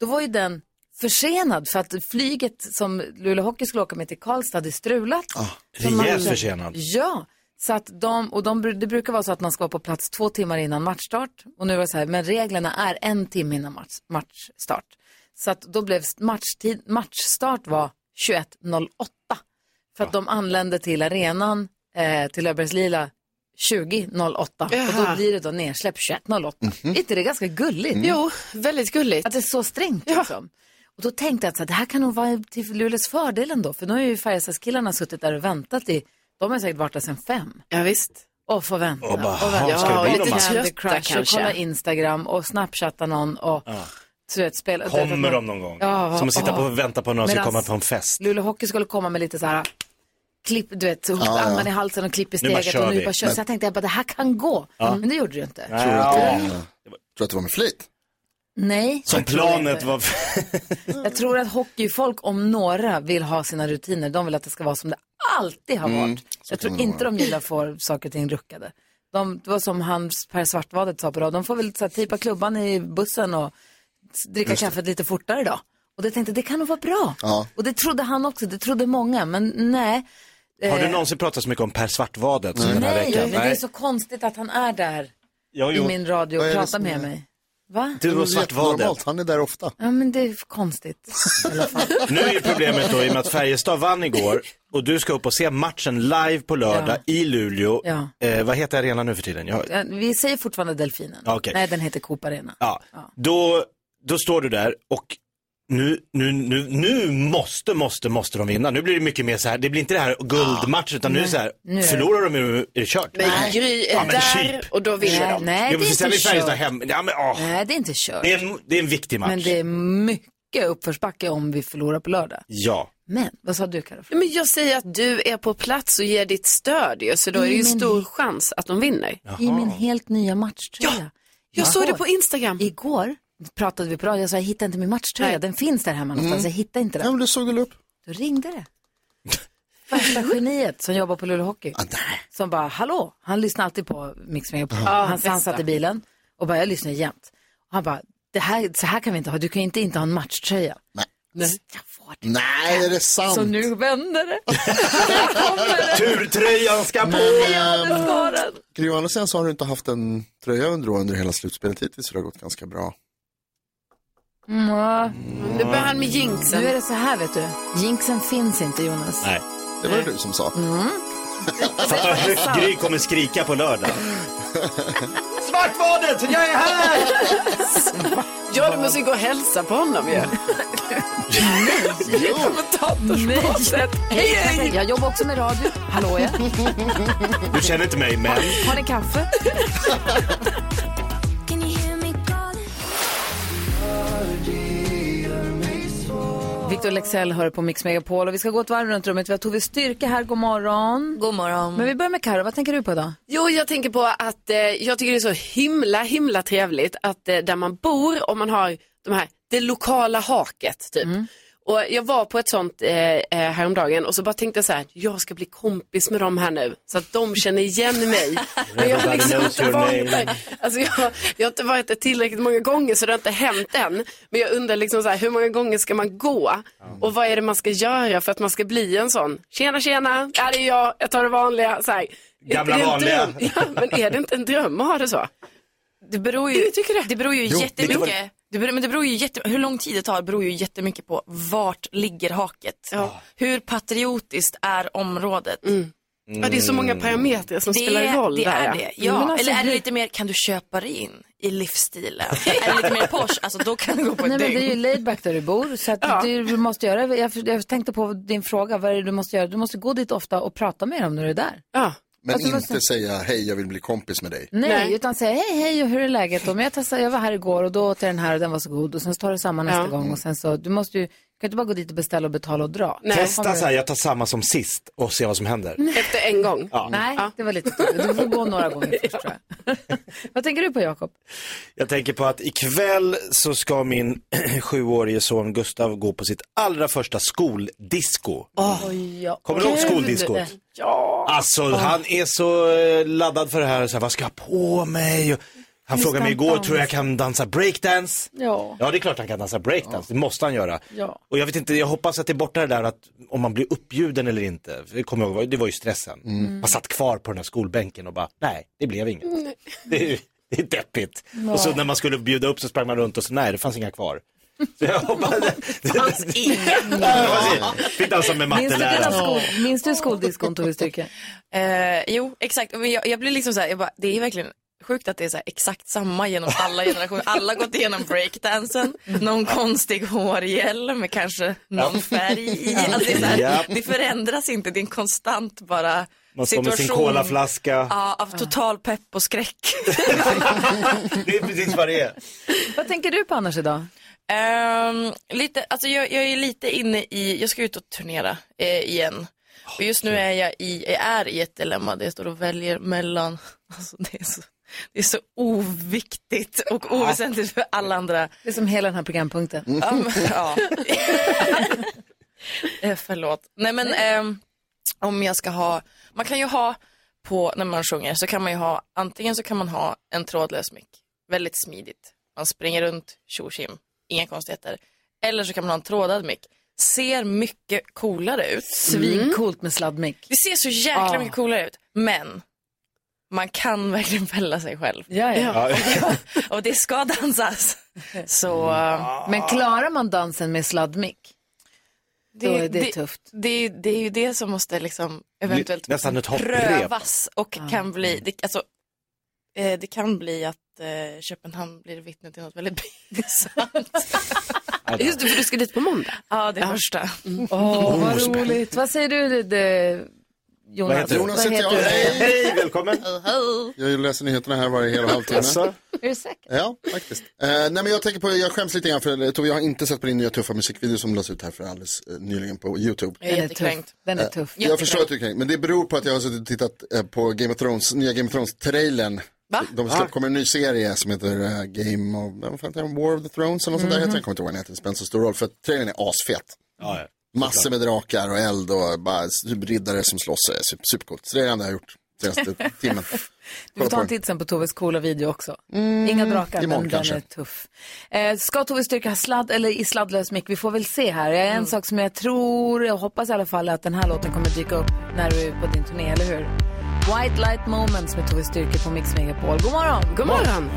[SPEAKER 1] Då var ju den försenad för att flyget som Luleå Hockey skulle åka med till Karlstad hade strulat. Så man-
[SPEAKER 4] Rejält försenad.
[SPEAKER 1] Ja, så att de, och de, det brukar vara så att man ska vara på plats två timmar innan matchstart. Och nu var det så här, men reglerna är en timme innan match, matchstart. Så att då blev matchtid, matchstart var 21.08. För att de anlände till arenan, eh, till Löfbergslila 2008. Och då
[SPEAKER 3] Jaha.
[SPEAKER 1] blir det då nedsläpp 21.08.
[SPEAKER 4] Mhm.
[SPEAKER 1] Är inte det ganska gulligt?
[SPEAKER 4] Mm.
[SPEAKER 3] Jo, väldigt gulligt.
[SPEAKER 1] Att det är så strängt liksom. Och då tänkte jag att så här, det här kan nog vara till Luleås fördel ändå. För nu har ju Färjestadskillarna suttit där och väntat i, de har säkert varit där sedan fem.
[SPEAKER 3] Ja, visst.
[SPEAKER 1] Och få vänta.
[SPEAKER 4] Och bara,
[SPEAKER 1] och vänta.
[SPEAKER 4] "Ha, ska det bli
[SPEAKER 1] och
[SPEAKER 4] de
[SPEAKER 1] lite
[SPEAKER 4] här?"
[SPEAKER 1] Candy
[SPEAKER 3] Trötta
[SPEAKER 1] Crush och
[SPEAKER 3] kanske.
[SPEAKER 1] kolla Instagram och snapchatta någon och så vet, spela.
[SPEAKER 4] Kommer de någon gång?
[SPEAKER 1] Ja,
[SPEAKER 4] Som att sitta
[SPEAKER 1] ja.
[SPEAKER 4] på och vänta på att någon ska
[SPEAKER 1] Medans-
[SPEAKER 4] komma på en fest.
[SPEAKER 1] Luleå Hockey skulle komma med lite så här klipp, du vet, så
[SPEAKER 2] ja.
[SPEAKER 1] armarna i halsen och klipp i
[SPEAKER 4] Nu bara
[SPEAKER 1] steget
[SPEAKER 4] kör
[SPEAKER 1] och nu
[SPEAKER 4] vi.
[SPEAKER 1] bara kör. Så jag tänkte jag bara, det här kan gå. Men det gjorde det ju inte.
[SPEAKER 4] Nej,
[SPEAKER 2] Tror att det,
[SPEAKER 4] ja.
[SPEAKER 2] tror att det var med flit?
[SPEAKER 1] Nej.
[SPEAKER 4] Som planet var...
[SPEAKER 1] Jag tror att hockeyfolk om några vill ha sina rutiner. De vill att det ska vara som det alltid har varit. jag tror inte de gillar att få saker och ting ruckade. De, det var som han Per Svartvadet sa på radio. De får väl så här, tejpa klubban i bussen och s- dricka kaffet lite fortare då. Och det tänkte jag, det kan nog vara bra.
[SPEAKER 2] Ja.
[SPEAKER 1] Och det trodde han också, det trodde många. Men nej.
[SPEAKER 4] Har du
[SPEAKER 1] Eh,
[SPEAKER 4] någonsin pratat så mycket om Per Svartvadet som den här
[SPEAKER 1] Nej,
[SPEAKER 4] veckan?
[SPEAKER 1] men det är så konstigt att han är där
[SPEAKER 4] Ja,
[SPEAKER 1] i
[SPEAKER 4] jo.
[SPEAKER 1] min radio
[SPEAKER 2] Vad
[SPEAKER 1] och
[SPEAKER 2] är det
[SPEAKER 1] pratar
[SPEAKER 2] som
[SPEAKER 1] med
[SPEAKER 2] är-
[SPEAKER 1] mig. Va?
[SPEAKER 4] Du
[SPEAKER 2] Det är
[SPEAKER 4] och Svartvadet.
[SPEAKER 2] jättenormalt, han är där ofta.
[SPEAKER 1] Ja, men det är konstigt. I alla fall.
[SPEAKER 4] Nu är ju problemet då i och med att Färjestad vann igår och du ska upp och se matchen live på lördag i Luleå.
[SPEAKER 1] Ja.
[SPEAKER 4] Eh, vad heter arenan nu för tiden? Jag...
[SPEAKER 1] Eh, Vi säger fortfarande Delfinen.
[SPEAKER 4] Ja, okej.
[SPEAKER 1] Nej, den heter Coop Arena.
[SPEAKER 4] Ja. Då, då står du där och nu, nu, nu, nu måste, måste, måste de vinna. Nu blir det mycket mer så här, det blir inte det här guldmatch utan nu är det så här,
[SPEAKER 1] Nu är det-
[SPEAKER 4] förlorar de nu är det kört.
[SPEAKER 3] Men Gry är
[SPEAKER 4] Ja, men
[SPEAKER 3] där
[SPEAKER 4] cheap.
[SPEAKER 3] och då vinner
[SPEAKER 1] Nej,
[SPEAKER 3] de.
[SPEAKER 1] nej,
[SPEAKER 4] Jo,
[SPEAKER 1] det
[SPEAKER 4] för
[SPEAKER 1] är
[SPEAKER 4] sen är
[SPEAKER 1] inte
[SPEAKER 4] Färjestad
[SPEAKER 1] kört.
[SPEAKER 4] hem. Ja, men, åh.
[SPEAKER 1] Nej, det är inte kört.
[SPEAKER 4] Det, är en, det är en viktig match.
[SPEAKER 1] Men det är mycket uppförsbacke om vi förlorar på lördag.
[SPEAKER 4] Ja.
[SPEAKER 1] Men, vad sa du Carro?
[SPEAKER 3] Nej, Men jag säger att du är på plats och ger ditt stöd ju, så då är det ju
[SPEAKER 1] Men-
[SPEAKER 3] stor chans att de vinner.
[SPEAKER 1] I min helt nya matchtröja.
[SPEAKER 3] Ja, Jag såg det på Instagram.
[SPEAKER 1] Igår pratade vi på radio, jag sa jag hittar inte min matchtröja,
[SPEAKER 3] Nej.
[SPEAKER 1] den finns där hemma någonstans, jag hittar inte den.
[SPEAKER 2] Ja, men du såg väl upp?
[SPEAKER 1] Då ringde det. Värsta geniet som jobbar på Luleå Hockey. Som bara, hallå, han lyssnar alltid på Mix Megapol. Han, han satt i bilen och bara, jag lyssnar jämt. Och han bara, det här, så här kan vi inte ha, du kan ju inte inte ha en matchtröja.
[SPEAKER 2] Nej.
[SPEAKER 1] Nej. Jag får det.
[SPEAKER 2] Nej, är det sant?
[SPEAKER 1] Så nu vänder det.
[SPEAKER 4] Turtröjan ska på!
[SPEAKER 2] Ehm, Gry, å andra sidan så har du inte haft en tröja under, under hela slutspelet hittills, så det har gått ganska bra.
[SPEAKER 1] Mm.
[SPEAKER 3] Nu börjar han med
[SPEAKER 1] Nu
[SPEAKER 3] jinxen.
[SPEAKER 1] är det så här vet du, jinxen finns inte Jonas.
[SPEAKER 4] Nej.
[SPEAKER 2] Det var det du som sa.
[SPEAKER 1] Mm.
[SPEAKER 4] Fattar hur högt Gry kommer skrika på lördag. Svartvadet, jag är här!
[SPEAKER 3] Ja, du måste ju gå och hälsa på honom ju.
[SPEAKER 1] Nej. Hej, Jag jobbar också med radio, hallå ja.
[SPEAKER 4] Du känner inte mig, men...
[SPEAKER 1] Har ni kaffe? Victor Lexell hör på Mix Megapol och vi ska gå ett varv runt rummet. Vi har Tove Styrka här, god morgon.
[SPEAKER 7] God morgon.
[SPEAKER 1] Men vi börjar med Karo. vad tänker du på idag?
[SPEAKER 3] Jo, jag tänker på att eh, jag tycker det är så himla, himla trevligt att eh, där man bor, om man har de här, det lokala haket typ. Och jag var på ett sånt eh, eh, häromdagen och så bara tänkte jag så här, jag ska bli kompis med dem här nu så att de känner igen mig. Men jag har liksom
[SPEAKER 4] knows
[SPEAKER 3] inte
[SPEAKER 4] your
[SPEAKER 3] varit
[SPEAKER 4] name.
[SPEAKER 3] där, alltså jag, jag har inte varit där tillräckligt många gånger så det har inte hänt än. Men jag undrar liksom så här, hur många gånger ska man gå och vad är det man ska göra för att man ska bli en sån? Tjena, tjena, ja, det är jag, jag tar det vanliga. Så här.
[SPEAKER 4] Gamla
[SPEAKER 3] Är det en
[SPEAKER 4] vanliga.
[SPEAKER 3] dröm? Ja, men är det inte en dröm att ha det så?
[SPEAKER 7] Det beror ju,
[SPEAKER 3] tycker det.
[SPEAKER 7] det beror ju
[SPEAKER 4] det var-
[SPEAKER 7] jättemycket. Det beror, men det beror ju jätte, hur lång tid det tar beror ju jättemycket på vart ligger haket. Hur patriotiskt är området?
[SPEAKER 3] Ja, det är så många
[SPEAKER 4] Mm.
[SPEAKER 3] parametrar som
[SPEAKER 7] Det,
[SPEAKER 3] spelar roll
[SPEAKER 7] det
[SPEAKER 3] där. ja.
[SPEAKER 7] är
[SPEAKER 3] Mm,
[SPEAKER 7] det. Ja.
[SPEAKER 1] Men alltså,
[SPEAKER 7] Eller är det
[SPEAKER 1] hur-
[SPEAKER 7] lite mer, kan du köpa dig in i livsstilen? är det lite mer Porsche, alltså då kan du gå på
[SPEAKER 1] Nej,
[SPEAKER 7] ett
[SPEAKER 1] men det är ju
[SPEAKER 7] dygn.
[SPEAKER 1] laidback där du bor, så att det du måste göra, jag, jag tänkte på din fråga, vad är det du måste göra? Du måste gå dit ofta och prata med dem när du är där.
[SPEAKER 3] Ja.
[SPEAKER 2] Men
[SPEAKER 1] Alltså, vad
[SPEAKER 2] inte säga hej, jag vill bli kompis med dig.
[SPEAKER 1] Nej,
[SPEAKER 3] Nej.
[SPEAKER 1] utan säga hej, hej och hur är läget då? Men jag testade, jag var här igår och då åt jag den här och den var så god och sen så tar du samma nästa
[SPEAKER 3] Ja.
[SPEAKER 1] gång och sen så, du måste ju, du kan inte bara gå dit och beställa och betala och dra.
[SPEAKER 3] Nej.
[SPEAKER 4] Testa så här, jag tar samma som sist och se vad som händer.
[SPEAKER 3] Mm. Efter en gång.
[SPEAKER 1] Nej, det var lite tokigt. Du får gå några gånger först tror jag. Vad tänker du på Jakob?
[SPEAKER 4] Jag tänker på att ikväll så ska min sjuårige son Gustav gå på sitt allra första skoldisco.
[SPEAKER 1] Oj, ja.
[SPEAKER 4] Kommer du ihåg
[SPEAKER 1] Gud.
[SPEAKER 4] skoldisco? Alltså han är så eh, laddad för det här, så här vad ska jag ha på mig? Och Han frågade mig igår, tror jag kan dansa breakdance?
[SPEAKER 1] Ja.
[SPEAKER 4] Ja, det är klart han kan dansa breakdance, det måste han göra.
[SPEAKER 1] Ja.
[SPEAKER 4] Och jag vet inte, jag hoppas att det är borta det där att om man blir uppbjuden eller inte. För Det kommer jag ihåg, det var ju stressen.
[SPEAKER 1] Mm.
[SPEAKER 4] Man satt kvar på den här skolbänken och bara, nej, det blev inget. Det är, det är deppigt. Och så när man skulle bjuda upp så sprang man runt och så, nej, det fanns inga kvar. Jag hoppade. Det fanns
[SPEAKER 7] ingen.
[SPEAKER 4] Vi dansar med
[SPEAKER 1] Minns du, dina
[SPEAKER 4] matteläraren.
[SPEAKER 1] skol, minns du skoldiskon Tove Styrke?
[SPEAKER 7] Eh, jo, exakt. Men jag, jag blir liksom så här, jag bara, det är verkligen sjukt att det är så här exakt samma genom alla generationer. Alla har gått igenom breakdansen, någon konstig hårhjälm, kanske någon färg i. Alltså det, är så
[SPEAKER 4] Ja.
[SPEAKER 7] här, det förändras inte, det är en konstant bara
[SPEAKER 4] Man står med
[SPEAKER 7] situation.
[SPEAKER 4] sin colaflaska.
[SPEAKER 7] Ja, av total pepp och skräck.
[SPEAKER 4] Det är precis vad det är.
[SPEAKER 1] Vad tänker du på annars idag?
[SPEAKER 7] Ehm, lite, alltså jag, jag är lite inne i, jag ska ut och turnera eh, igen. Och just nu är jag i, jag är i ett dilemma där jag står och väljer mellan, alltså det är så, det är så oviktigt och oväsentligt för alla andra.
[SPEAKER 1] Det är som hela den här programpunkten.
[SPEAKER 2] Mm.
[SPEAKER 7] Ja, men, ja. Eh, Förlåt. Nej men ehm, om jag ska ha, man kan ju ha på, när man sjunger så kan man ju ha, antingen så kan man ha en trådlös mick, väldigt smidigt. Man springer runt, tjo och tjim, inga konstigheter. Eller så kan man ha en trådad mick. Ser mycket coolare ut.
[SPEAKER 1] Svincoolt med sladdmick.
[SPEAKER 7] Det ser så jäkla
[SPEAKER 1] Ja.
[SPEAKER 7] mycket coolare ut. Men man kan verkligen fälla sig själv.
[SPEAKER 1] Ja, ja.
[SPEAKER 7] Och det ska dansas. Så... eh,
[SPEAKER 1] Men klarar man dansen med sladdmick? Då är det tufft.
[SPEAKER 7] Det, det är ju det som måste liksom eventuellt
[SPEAKER 4] Nästan ett hopprep.
[SPEAKER 7] prövas och kan bli, det, alltså, eh, det kan bli att eh, Köpenhamn blir vittne till något väldigt pinsamt.
[SPEAKER 3] Just det, för du ska dit på måndag. Mm.
[SPEAKER 7] ja, det första.
[SPEAKER 1] Åh, vad roligt. Vad säger du, det, det, Jonas?
[SPEAKER 2] Oh, Vad heter du? Jonas heter jag.
[SPEAKER 1] du?
[SPEAKER 4] Hej, välkommen.
[SPEAKER 2] Jag läser nyheterna här varje hel och halvtimme.
[SPEAKER 4] Jaså?
[SPEAKER 1] Är du säker?
[SPEAKER 2] Ja, faktiskt. Eh, nej, men jag, tänker på, jag skäms lite grann för eh, Tove, jag har inte sett på din nya tuffa musikvideo som lades ut här för alldeles eh, nyligen på YouTube.
[SPEAKER 7] Jag är jättekränkt.
[SPEAKER 1] Den är tuff.
[SPEAKER 2] Jag förstår att du kan, men det beror på att jag har suttit och tittat eh, på Game of Thrones, nya Game of Thrones-trailern.
[SPEAKER 7] Va?
[SPEAKER 2] De släpp, kommer en ny serie som heter eh, Game of, vad fan heter den? War of the Thrones eller något sånt där.
[SPEAKER 1] Mhm.
[SPEAKER 2] heter den. Jag kommer inte ihåg vad den heter, det spelar inte så stor roll för att trailern är asfet.
[SPEAKER 4] Ja, ja.
[SPEAKER 2] Massor med drakar och eld och bara s- riddare som slåss. eh, Super, supercoolt. Så det är det enda jag har gjort senaste timmen.
[SPEAKER 1] Du får
[SPEAKER 2] Kolla
[SPEAKER 1] ta
[SPEAKER 2] på
[SPEAKER 1] en
[SPEAKER 2] den.
[SPEAKER 1] titt sen på Toves coola video också. Inga drakar,
[SPEAKER 2] imorgon
[SPEAKER 1] men
[SPEAKER 2] kanske.
[SPEAKER 1] den är tuff. Eh, ska Tove Styrka ha sladd eller i sladdlös mick? Vi får väl se här. Jag är en
[SPEAKER 2] Mm.
[SPEAKER 1] sak som jag tror, jag hoppas i alla fall att den här låten kommer dyka upp när du är på din turné, eller hur? White Light Moments med Tove Styrka på Mix Megapol. God morgon!
[SPEAKER 3] God morgon.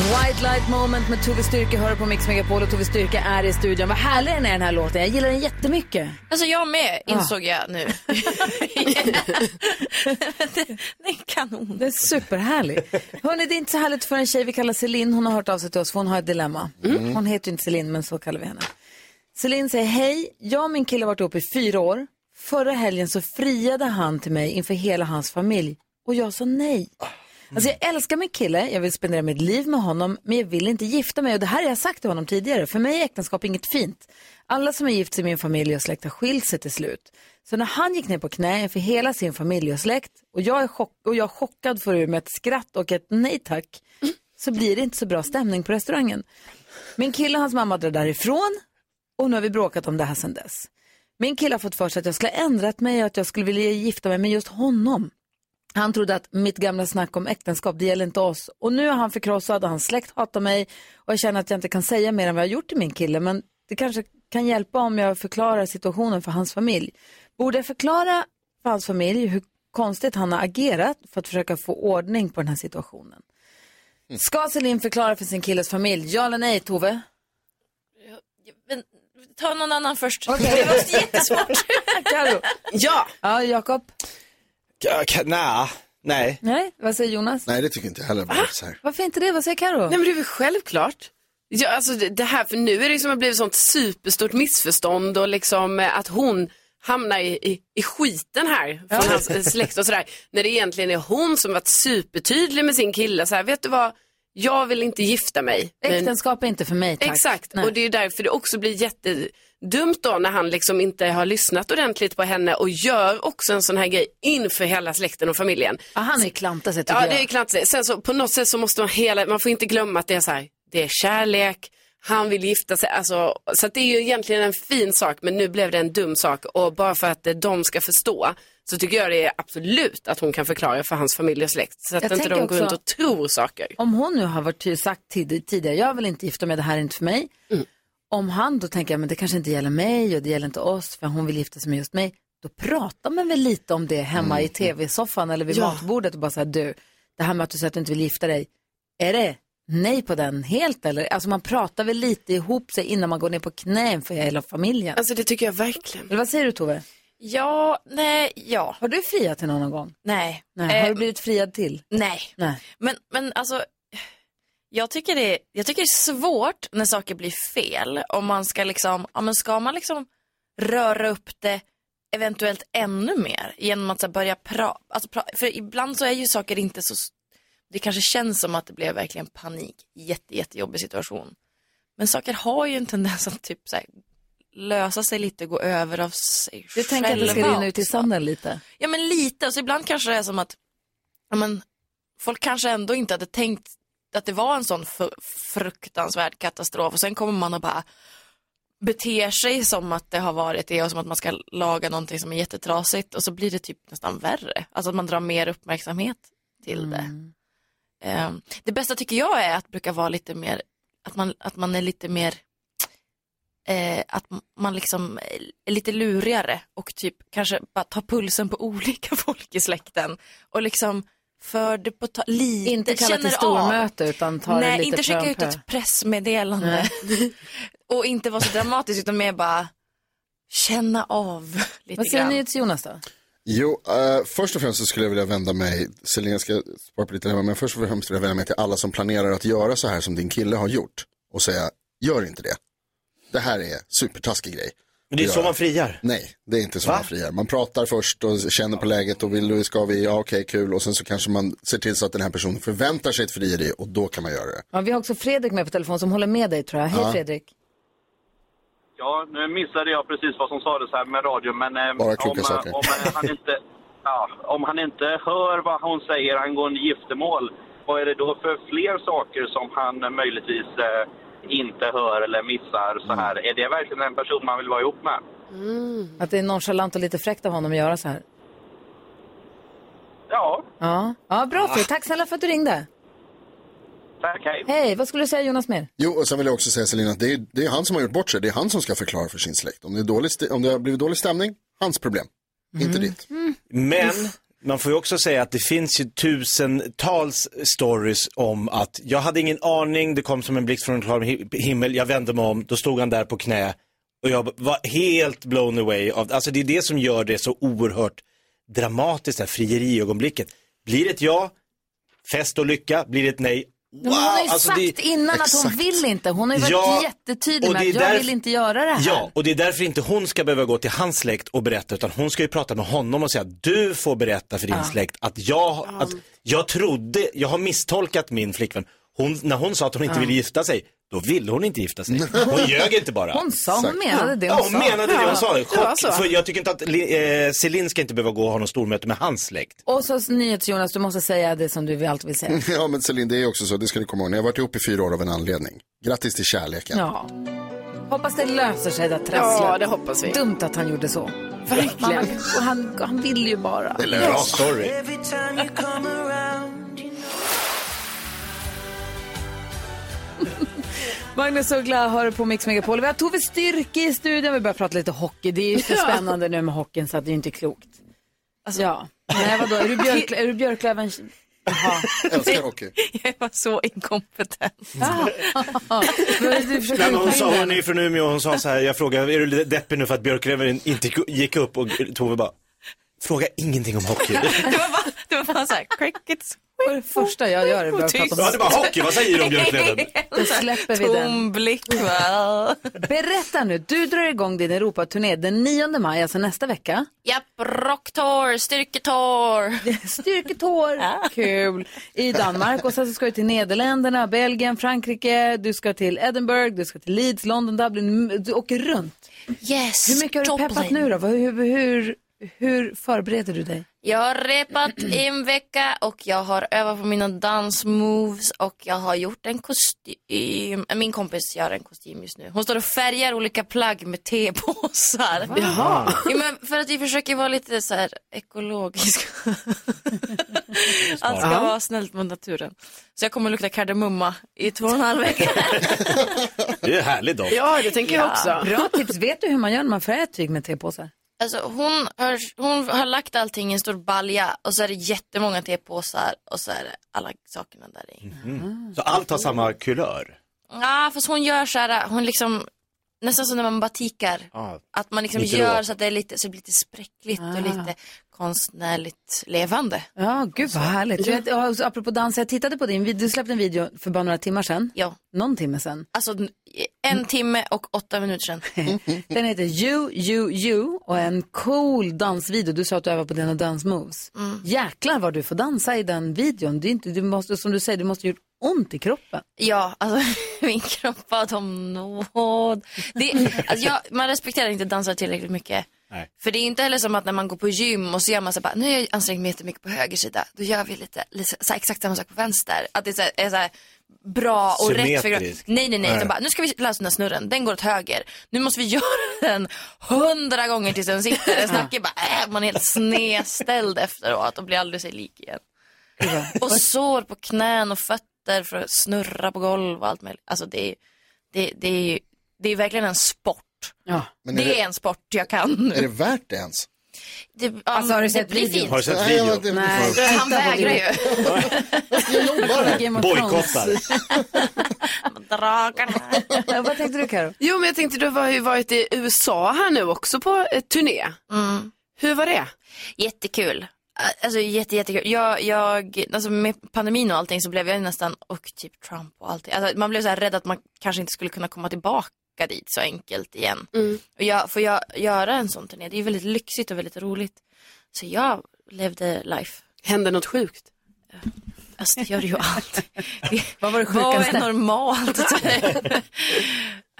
[SPEAKER 1] White Light Moment med Tove Styrka hör på Mix Megapol och Tove Styrka är i studion. Vad härlig den är den här låten. Jag gillar den jättemycket.
[SPEAKER 7] Alltså jag med, insåg jag nu. det är kanon.
[SPEAKER 1] Den är superhärlig. Hörrni, det är inte så härligt för en tjej vi kallar Celine. Hon har hört av sig till oss för hon har ett dilemma. Hon heter ju inte Celine men så kallar vi henne. Celine säger hej, jag och min kille har varit ihop i fyra år. Förra helgen så friade han till mig inför hela hans familj och jag sa nej. Alltså jag älskar min kille, jag vill spendera mitt liv med honom men jag vill inte gifta mig och det här har jag sagt till honom tidigare. För mig är äktenskap inget fint. Alla som är gift i min familj och släkt har skilt sig till slut. Så när han gick ner på knä för hela sin familj och släkt och jag är, chock och jag är chockad för ur med ett skratt och ett nej tack så blir det inte så bra stämning på restaurangen. Min kille och hans mamma drar därifrån och nu har vi bråkat om det här sedan dess. Min kille har fått för sig att jag skulle ha ändrat mig och att jag skulle vilja gifta mig med just honom. Han trodde att mitt gamla snack om äktenskap, det gäller inte oss. Och nu är han förkrossad och hans släkt hatar mig och jag känner att jag inte kan säga mer än vad jag har gjort till min kille. Men det kanske kan hjälpa om jag förklarar situationen för hans familj. Borde jag förklara för hans familj hur konstigt han har agerat för att försöka få ordning på den här situationen? Ska Celine förklara för sin killes familj? Ja eller nej, Tove?
[SPEAKER 7] Men, ta någon annan först.
[SPEAKER 1] Okej.
[SPEAKER 7] Det var jättesvårt.
[SPEAKER 1] Karo.
[SPEAKER 3] Ja.
[SPEAKER 1] Ja, Jakob?
[SPEAKER 4] Ja, ka- nä, nej.
[SPEAKER 1] Nej, vad säger Jonas?
[SPEAKER 2] Nej, det tycker jag inte heller. Bara så här.
[SPEAKER 1] Varför inte det? Vad säger Karo?
[SPEAKER 3] Nej men det är väl självklart. Ja, alltså det det här, för nu är det liksom blivit sånt superstort missförstånd och liksom eh, att hon hamnar i, i, i skiten här från hans eh, släkt och sådär. När det egentligen är hon som varit supertydlig med sin kille. Så här, vet du vad, jag vill inte gifta mig. Men-
[SPEAKER 1] Äktenskap är inte för mig, tack.
[SPEAKER 3] Exakt,
[SPEAKER 1] Nej.
[SPEAKER 3] och det är ju därför det också blir jättedumt då när han liksom inte har lyssnat ordentligt på henne och gör också en sån här grej inför hela släkten och familjen.
[SPEAKER 1] Ja, han är ju klantar sig, tycker
[SPEAKER 3] Ja, det är
[SPEAKER 1] jag.
[SPEAKER 3] klantigt. Sen så på något sätt så måste man hela, man får inte glömma att det är så här, det är kärlek, han vill gifta sig, alltså, så att det är ju egentligen en fin sak men nu blev det en dum sak och bara för att eh, de ska förstå så tycker jag det är absolut att hon kan förklara för hans familj och släkt så att
[SPEAKER 1] Jag
[SPEAKER 3] inte
[SPEAKER 1] tänker
[SPEAKER 3] de går
[SPEAKER 1] också-
[SPEAKER 3] runt och tror saker.
[SPEAKER 1] Om hon nu har varit ty- sagt tid- tidigare, jag vill inte gifta mig, det här är inte för mig. Om han då tänker, men det kanske inte gäller mig och det gäller inte oss, för hon vill gifta sig med just mig. Då pratar man väl lite om det hemma i tv-soffan eller vid matbordet och bara så här, du, det här med att du säger att du inte vill gifta dig, Är det nej på den helt eller? Alltså man pratar väl lite ihop sig innan man går ner på knä för hela familjen?
[SPEAKER 3] Alltså det tycker jag verkligen.
[SPEAKER 1] Eller vad säger du Tove?
[SPEAKER 7] Ja, nej, ja.
[SPEAKER 1] Har du friat till någon någon gång?
[SPEAKER 7] Nej.
[SPEAKER 1] Nej. Har
[SPEAKER 7] Eh,
[SPEAKER 1] du blivit friad till?
[SPEAKER 7] Nej.
[SPEAKER 1] Nej.
[SPEAKER 7] Men, men alltså, jag tycker, det, jag tycker det är svårt när saker blir fel. Om man ska liksom, ja men ska man liksom röra upp det eventuellt ännu mer genom att så här, börja prata. Alltså, pra för ibland så är ju saker inte så, s- det kanske känns som att det blev verkligen panik. Jätte, jättejobbig situation. Men saker har ju en tendens att typ så här, lösa sig lite, gå över av sig
[SPEAKER 1] Du tänker att det ska
[SPEAKER 7] själva
[SPEAKER 1] rinna ut i sanden lite?
[SPEAKER 7] Ja men lite, alltså, ibland kanske det är som att ja, men, folk kanske ändå inte hade tänkt att det var en sån fu- fruktansvärd katastrof och sen kommer man och bara beter sig som att det har varit det och som att man ska laga någonting som är jättetrasigt och så blir det typ nästan värre. Alltså att man drar mer uppmärksamhet till det.
[SPEAKER 1] Mm.
[SPEAKER 7] Ehm, det bästa tycker jag är att brukar vara lite mer, att man, att man är lite mer eh, att m- man liksom är lite lurigare och typ kanske bara tar pulsen på olika folk i släkten och liksom för det på ta- lite,
[SPEAKER 1] Inte kalla till
[SPEAKER 7] känner
[SPEAKER 1] stormöte utan ta det
[SPEAKER 7] Nej,
[SPEAKER 1] lite
[SPEAKER 7] inte
[SPEAKER 1] pö
[SPEAKER 7] skicka
[SPEAKER 1] om
[SPEAKER 7] ut
[SPEAKER 1] pö.
[SPEAKER 7] ett pressmeddelande och inte vara så dramatisk utan mer bara känna av lite
[SPEAKER 1] Vad säger
[SPEAKER 7] grann.
[SPEAKER 1] ni till Jonas då?
[SPEAKER 2] Jo, eh, först och främst så skulle jag vilja vända mig, Selina ska svara på lite det här, men först och främst vill jag vända mig till alla som planerar att göra så här som din kille har gjort och säga, gör inte det. Det här är supertaskig grej.
[SPEAKER 4] Men det är
[SPEAKER 2] att
[SPEAKER 4] så
[SPEAKER 2] göra.
[SPEAKER 4] man friar.
[SPEAKER 2] Nej, det är inte så
[SPEAKER 4] Va?
[SPEAKER 2] man friar. Man pratar först och känner på läget och vill du, ska vi, ja okej, kul. Och sen så kanske man ser till så att den här personen förväntar sig ett frieri och då kan man göra det.
[SPEAKER 1] Ja, vi har också Fredrik med på telefon som håller med dig tror jag. Hej
[SPEAKER 2] Ja.
[SPEAKER 1] Fredrik.
[SPEAKER 11] Ja, nu missade jag precis vad som sades här med radio, men eh,
[SPEAKER 2] Bara
[SPEAKER 11] om,
[SPEAKER 2] kloka saker.
[SPEAKER 11] eh, om, eh, han inte, ja, om han inte hör vad hon säger angående giftermål, vad är det då för fler saker som han eh, möjligtvis eh, inte hör eller missar så
[SPEAKER 2] Mm.
[SPEAKER 11] här? Är det verkligen en person man vill vara ihop med?
[SPEAKER 1] Att det är nonchalant och lite fräckt av honom att göra så här.
[SPEAKER 11] Ja,
[SPEAKER 1] Ja, ja bra Fredrik.
[SPEAKER 4] Ah.
[SPEAKER 1] Tack snälla för att du ringde.
[SPEAKER 11] tack, hej.
[SPEAKER 1] Hej, vad skulle du säga Jonas mer?
[SPEAKER 2] Jo, och sen vill jag också säga Selina att det är, det är han som har gjort bort sig. Det är han som ska förklara för sin släkt. Om det, är dålig, sti- om det har blivit dålig stämning, hans problem. Inte ditt.
[SPEAKER 4] Men man får ju också säga att det finns ju tusentals stories om att jag hade ingen aning, det kom som en blixt från en klar hi- himmel, jag vände mig om, då stod han där på knä och jag var helt blown away. Av, alltså det är det som gör det så oerhört dramatiskt, det här frieriögonblicket. Blir det ett ja, fest och lycka, blir det ett nej, wow!
[SPEAKER 1] Men hon har ju
[SPEAKER 4] alltså
[SPEAKER 1] sagt
[SPEAKER 4] det-
[SPEAKER 1] innan att hon vill inte. Hon har ju varit
[SPEAKER 4] Ja,
[SPEAKER 1] jättetydlig
[SPEAKER 4] och
[SPEAKER 1] med
[SPEAKER 4] det är
[SPEAKER 1] att jag
[SPEAKER 4] därf-
[SPEAKER 1] vill inte göra det här.
[SPEAKER 4] Ja, och det är därför inte hon ska behöva gå till hans släkt och berätta utan hon ska ju prata med honom och säga du får berätta för din
[SPEAKER 1] Ja.
[SPEAKER 4] släkt att jag, att jag trodde, jag har misstolkat min flickvän. Hon, när hon sa att hon inte
[SPEAKER 1] Ja.
[SPEAKER 4] ville gifta sig, då ville hon inte gifta sig. Hon ljög inte bara.
[SPEAKER 1] Hon sa, hon menade det
[SPEAKER 4] ja,
[SPEAKER 1] hon
[SPEAKER 4] hon
[SPEAKER 1] sa.
[SPEAKER 4] menade det hon sa.
[SPEAKER 1] Ja,
[SPEAKER 4] Chock,
[SPEAKER 1] det var så.
[SPEAKER 4] För jag tycker inte att Li- eh, Celine ska inte behöva gå och ha något stormöte med hans släkt.
[SPEAKER 1] Och så NyhetsJonas, du måste säga det som du alltid vill
[SPEAKER 4] Mm.
[SPEAKER 1] säga.
[SPEAKER 2] Ja, men Celine, det är också så. Det ska du komma ihåg. Ni har varit ihop i fyra år av en anledning. Grattis till kärleken.
[SPEAKER 1] Ja. Hoppas det löser sig det där trasslet.
[SPEAKER 3] Ja, det hoppas vi.
[SPEAKER 1] Dumt att han gjorde så. Verkligen. Och han, han vill ju bara.
[SPEAKER 2] Det löser sig.
[SPEAKER 4] story.
[SPEAKER 1] Magnus Uggla hör på Mix Megapol. Vi har Tove Styrke i studion. Vi börjar prata lite hockey. Det är ju så
[SPEAKER 3] Ja.
[SPEAKER 1] spännande nu med hockeyn så att det är inte klokt. Ja. Alltså, Nej, vadå? Är du, björk, är du Björklöven...
[SPEAKER 2] Älskar hockey.
[SPEAKER 7] Jag var så inkompetent.
[SPEAKER 1] Men du försöker
[SPEAKER 4] Nej, men hon,
[SPEAKER 1] utmana
[SPEAKER 4] sa, hon
[SPEAKER 1] henne.
[SPEAKER 4] är ju från Umeå och hon sa så här, jag frågade, är du lite deppig nu för att Björklöven inte gick upp och Tove bara, fråga ingenting om hockey.
[SPEAKER 7] Det var bara, det var bara så här, crickets.
[SPEAKER 1] Och det första jag gör är att börja
[SPEAKER 7] Tyst.
[SPEAKER 1] prata
[SPEAKER 4] Ja,
[SPEAKER 1] om
[SPEAKER 4] det var hockey, vad säger du om Björklöven?
[SPEAKER 1] Då släpper vi den.
[SPEAKER 7] Tom blick va?
[SPEAKER 1] Berätta nu, du drar igång din Europaturné den 9 maj, alltså nästa vecka.
[SPEAKER 7] Japp, rocktour, styrketor.
[SPEAKER 1] Styrketår, kul, i Danmark och sen så ska du till Nederländerna, Belgien, Frankrike, du ska till Edinburgh, du ska till Leeds, London, Dublin, M- du åker runt.
[SPEAKER 7] Yes,
[SPEAKER 1] Hur mycket har du peppat nu då? Vad- Hur, hur, hur förbereder du dig?
[SPEAKER 7] Jag har repat i en vecka och jag har övat på mina dansmoves och jag har gjort en kostym. Äh, Min kompis gör en kostym just nu. Hon står och färgar olika plagg med tepåsar.
[SPEAKER 1] Jaha.
[SPEAKER 7] Ja, men för att vi försöker vara lite så här ekologiska. Allt ska
[SPEAKER 1] Ja.
[SPEAKER 7] vara snällt mot naturen. Så jag kommer lukta kardemumma i två och en halv vecka.
[SPEAKER 4] Det är härligt då.
[SPEAKER 3] Ja, det tänker jag också.
[SPEAKER 1] Bra tips, vet du hur man gör när man färgar ett tyg med tepåsar?
[SPEAKER 7] Alltså hon har, hon har lagt allting i en stor balja och så är det jättemånga tepåsar och så är det alla sakerna där i.
[SPEAKER 4] Mhm. Så allt har samma kulör?
[SPEAKER 7] Ja, fast hon gör så här, hon liksom, nästan som när man batikar.
[SPEAKER 4] Ja.
[SPEAKER 7] Att man liksom
[SPEAKER 4] Lite
[SPEAKER 7] gör
[SPEAKER 4] rå.
[SPEAKER 7] så att det, är lite, så det blir lite spräckligt och lite konstnärligt levande.
[SPEAKER 1] Ja, gud vad härligt. Du vet, ja, så apropå dans, jag tittade på din video, du släppte en video för bara några timmar sedan.
[SPEAKER 7] Ja.
[SPEAKER 1] Någon timme sedan.
[SPEAKER 7] Alltså en timme och åtta minuter sedan.
[SPEAKER 1] Mm. Den heter You, You, You och är en cool dansvideo. Du sa att du övar på dina dansmoves.
[SPEAKER 7] Mm.
[SPEAKER 1] Jäklar vad du får dansa i den videon. Det är inte, du måste, som du säger, det måste ha gjort ont i kroppen.
[SPEAKER 7] Ja, alltså min kropp bad om nåd. Det, alltså, jag, man respekterar inte dansare tillräckligt mycket.
[SPEAKER 4] Nej.
[SPEAKER 7] För det är inte heller som att när man går på gym och så gör man så här bara, nu har jag ansträngt mig jättemycket på höger sida, då gör vi lite, lite så här, exakt samma sak på vänster. Att det är så här, är så här bra och rätt. För, nej,
[SPEAKER 12] Symmetriskt.
[SPEAKER 7] nej, nej.
[SPEAKER 12] Nej.
[SPEAKER 7] Utan bara, nu ska vi läsa den här snurren, den går åt höger. Nu måste vi göra den hundra gånger tills den sitter. Den snackar bara, äh, man är helt snedställd efteråt och blir aldrig sig lik igen. Och sår på knän och fötter för att snurra på golv och allt möjligt. Alltså det är, det, det är, ju- det är verkligen en sport.
[SPEAKER 1] Ja.
[SPEAKER 7] Det,
[SPEAKER 2] Men är det-
[SPEAKER 7] är en sport jag kan nu.
[SPEAKER 2] Är det värt det ens?
[SPEAKER 7] Det, ja,
[SPEAKER 1] Alltså, har du sett
[SPEAKER 7] det blir
[SPEAKER 1] videon?
[SPEAKER 7] fint.
[SPEAKER 2] Har du sett Nej, videon? ja, det- Nej.
[SPEAKER 7] Han
[SPEAKER 1] Titta på
[SPEAKER 7] vägrar ju.
[SPEAKER 1] Game of Thrones. Vad tänkte du Karo?
[SPEAKER 3] Jo, men jag tänkte du har ju varit i USA här nu också på eh, turné. Hur var det?
[SPEAKER 7] Jättekul. Alltså jätte, jättekul. Jag, jag, alltså med pandemin och allting så blev jag ju nästan, och typ Trump och allting. Alltså man blev så här rädd att man kanske inte skulle kunna komma tillbaka dit så enkelt igen. Och jag, får jag göra en sån turné? Det är ju väldigt lyxigt och väldigt roligt. Så jag levde life.
[SPEAKER 3] Hände något sjukt?
[SPEAKER 7] Alltså det gör det ju alltid.
[SPEAKER 1] vad var det
[SPEAKER 7] Vad
[SPEAKER 1] sjukaste?
[SPEAKER 7] är normalt?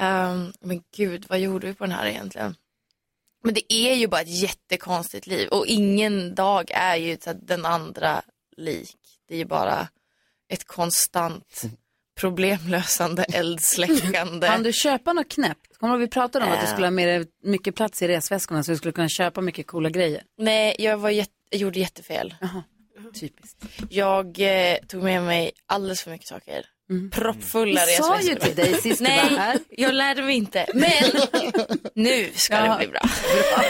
[SPEAKER 7] Ehm, men gud, vad gjorde vi på den här egentligen? Men det är ju bara ett jättekonstigt liv och ingen dag är ju så att den andra lik. Det är ju bara ett konstant problemlösande, eldsläckande.
[SPEAKER 1] Kan du köpa något knäppt? Kommer du ihåg vi pratade om att du
[SPEAKER 7] Ja.
[SPEAKER 1] skulle ha med dig mycket plats i resväskorna så du skulle kunna köpa mycket coola grejer?
[SPEAKER 7] Nej, jag, var jätte, jag gjorde jättefel. Mm.
[SPEAKER 1] Typiskt.
[SPEAKER 7] Jag eh, tog med mig alldeles för mycket saker. Proppfulla
[SPEAKER 1] Mm. Vi sa ju
[SPEAKER 7] resväskor.
[SPEAKER 1] till dig sist du var
[SPEAKER 7] Nej,
[SPEAKER 1] här.
[SPEAKER 7] jag lärde mig inte. Men nu ska det bli bra.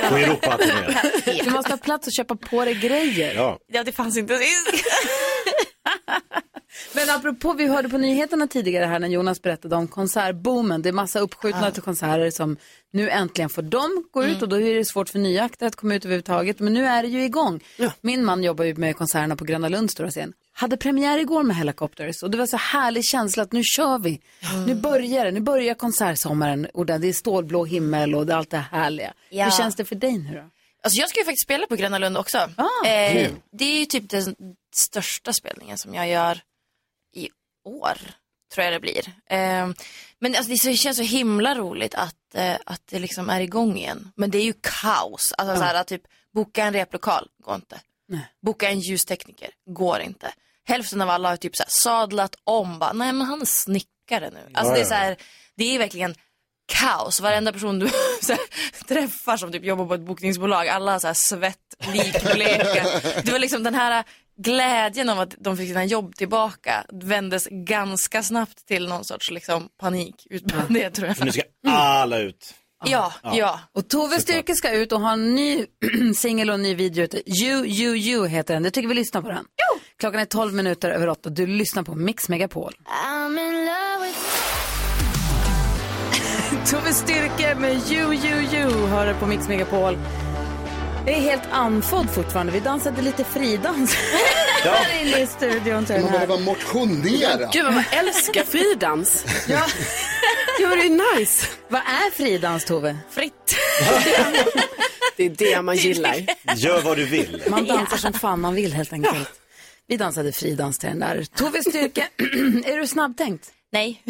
[SPEAKER 4] På Europa-turnén.
[SPEAKER 1] Du måste ha plats att köpa på dig grejer.
[SPEAKER 4] Ja.
[SPEAKER 7] Ja, det fanns inte sist.
[SPEAKER 1] Men apropå, vi hörde på nyheterna tidigare här när Jonas berättade om konsertboomen. Det är massa uppskjutna till konserter som nu äntligen får dem gå ut och då är det svårt för nya akter att komma ut överhuvudtaget. Men nu är det ju igång. Min man jobbar ju med konserterna på Gröna Lunds stora scen. Hade premiär igår med Helicopters och det var så härlig känsla att nu kör vi. Nu börjar det, nu börjar konsertsommaren och där det är stålblå himmel och det är allt det härliga.
[SPEAKER 7] Ja.
[SPEAKER 1] Hur känns det för dig nu då?
[SPEAKER 7] Alltså jag ska ju faktiskt spela på Gröna Lund också. eh, det är ju typ den största spelningen som jag gör i år, tror jag det blir. Eh, men alltså det så- det känns så himla roligt att, eh, att det liksom är igång igen. Men det är ju kaos. Alltså så här, att typ boka en replokal, går inte. Boka en ljustekniker, går inte. Hälften av alla har typ så här sadlat om, bara, nej men han är snickare nu. Alltså
[SPEAKER 12] Ja,
[SPEAKER 7] det är
[SPEAKER 12] ja.
[SPEAKER 7] så här, det är verkligen kaos. Varenda person du så här, träffar som typ jobbar på ett bokningsbolag, alla så här svett, likbleka. Det var liksom den här glädjen av att de fick sina jobb tillbaka vändes ganska snabbt till någon sorts liksom panik utbrändhet tror jag.
[SPEAKER 4] För nu ska alla ut.
[SPEAKER 7] Ja, ja.
[SPEAKER 1] Och Tove Styrke ska ut och ha en ny singel och en ny video. ute. You, you, you heter den. Jag tycker vi lyssnar på den. Klockan är 12 minuter över 8 och du lyssnar på Mix Megapol.
[SPEAKER 12] I'm in love with
[SPEAKER 1] Tove Styrke med You, you, you hör du på Mix Megapol. Jag är helt andfådd fortfarande. Vi dansade lite fridans här inne i studion. till den
[SPEAKER 2] Man
[SPEAKER 1] här.
[SPEAKER 2] behöver motionera.
[SPEAKER 3] Gud vad man älskar fridans. ja. ja, men det är nice.
[SPEAKER 1] Vad är fridans Tove?
[SPEAKER 7] Fritt.
[SPEAKER 3] det är det man gillar.
[SPEAKER 4] Gör vad du vill.
[SPEAKER 1] Man dansar som fan man vill helt enkelt. Vi dansade fridans till den där. Tove Styrke, är du snabbtänkt?
[SPEAKER 7] Nej.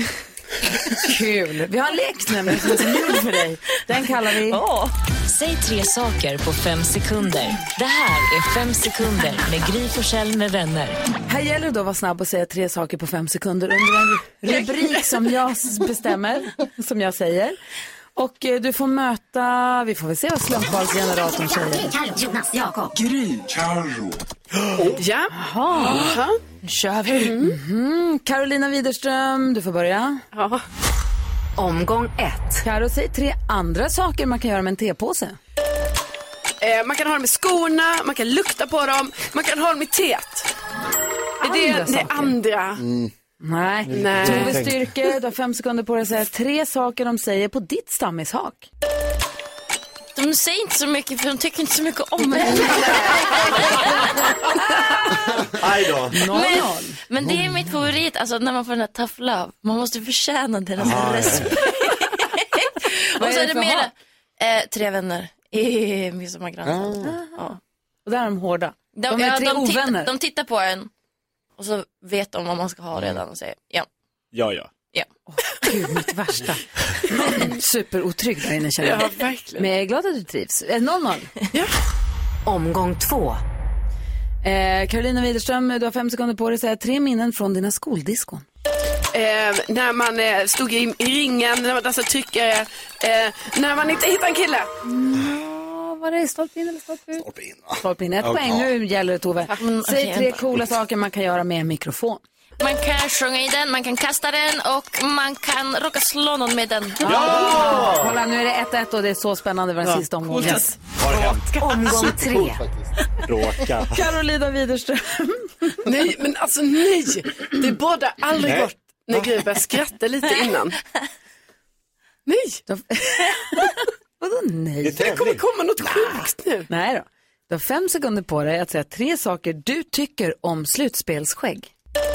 [SPEAKER 1] Kul. Vi har en lek nämligen som är så gjord för dig. Den kallar vi...
[SPEAKER 13] Säg tre saker på fem sekunder. Det här är Fem sekunder med Gry Forssell med vänner.
[SPEAKER 1] Här gäller det då att vara snabb och säga tre saker på fem sekunder under en rubrik som jag s- bestämmer, som jag säger. Och eh, du får möta, vi får väl se vad slumpvalsgeneratorn säger.
[SPEAKER 12] Jonas, Jakob.
[SPEAKER 1] Gry, Carro.
[SPEAKER 3] Ja.
[SPEAKER 1] Jaha.
[SPEAKER 3] Nu kör vi.
[SPEAKER 1] Mhm. Carolina Widerström, du får börja.
[SPEAKER 3] Ja.
[SPEAKER 1] Omgång ett. Carro, säg tre andra saker man kan göra med en tepåse.
[SPEAKER 3] Eh, man kan ha dem i skorna, man kan lukta på dem, man kan ha dem i teet. Det är det,
[SPEAKER 1] Andra
[SPEAKER 3] det
[SPEAKER 1] saker.
[SPEAKER 3] andra.
[SPEAKER 1] Nej.
[SPEAKER 3] Nej.
[SPEAKER 1] Tove Styrke, du har fem sekunder på dig att säga tre saker de säger på ditt stammishak.
[SPEAKER 7] De säger inte så mycket för de tycker inte så mycket om mig.
[SPEAKER 4] Aj då.
[SPEAKER 7] Men, men det är mitt favorit, alltså när man får den här tough love. Man måste förtjäna deras
[SPEAKER 4] Ah, ja.
[SPEAKER 7] respekt.
[SPEAKER 1] Vad
[SPEAKER 7] Och
[SPEAKER 1] är
[SPEAKER 7] så
[SPEAKER 1] det
[SPEAKER 7] är det
[SPEAKER 1] för
[SPEAKER 7] mera, eh, tre vänner i
[SPEAKER 1] Ah.
[SPEAKER 7] midsommargransen. Ja.
[SPEAKER 1] Och där är de hårda. De, är
[SPEAKER 7] ja,
[SPEAKER 1] tre
[SPEAKER 7] de tittar-
[SPEAKER 1] ovänner.
[SPEAKER 7] de tittar på en och så vet de vad man ska ha redan och säger ja.
[SPEAKER 4] Ja, ja.
[SPEAKER 7] ja.
[SPEAKER 1] Gud, mitt värsta. Superotrygg där inne känner jag.
[SPEAKER 7] Ja, verkligen.
[SPEAKER 1] Men jag är glad att du trivs. Eh, 0-0. Omgång två. Eh, Carolina Widerström, du har fem sekunder på dig att säga tre minnen från dina skoldiskon.
[SPEAKER 3] Eh, när man eh, stod i, i ringen, när man dansade tryckare, eh, när man inte hittade en kille.
[SPEAKER 1] Ja, var det stolpe in eller stolpe ut? Stolpe in. Stolpe in. Ett
[SPEAKER 3] Ja.
[SPEAKER 1] poäng. Nu gäller det Tove.
[SPEAKER 7] Mm,
[SPEAKER 1] Säg
[SPEAKER 7] okej,
[SPEAKER 1] tre
[SPEAKER 7] vänta.
[SPEAKER 1] coola saker man kan göra med en mikrofon.
[SPEAKER 7] Man kan sjunga i den, man kan kasta den och man kan råka slå någon med den.
[SPEAKER 1] Kolla, nu är det 1-1 och det är så spännande vad den
[SPEAKER 7] Ja,
[SPEAKER 1] sista omgången.
[SPEAKER 7] coolt. Yes.
[SPEAKER 4] Har hänt.
[SPEAKER 1] Omgång tre.
[SPEAKER 4] Råka.
[SPEAKER 1] Carolina Widerström.
[SPEAKER 3] nej, men alltså nej. Det båda aldrig
[SPEAKER 4] Nej.
[SPEAKER 3] gott när Gry började skratta lite innan. Nej.
[SPEAKER 1] Vadå nej?
[SPEAKER 3] Det kommer komma något sjukt nu.
[SPEAKER 1] Nej då. Du har fem sekunder på dig att säga tre saker du tycker om slutspelsskägg.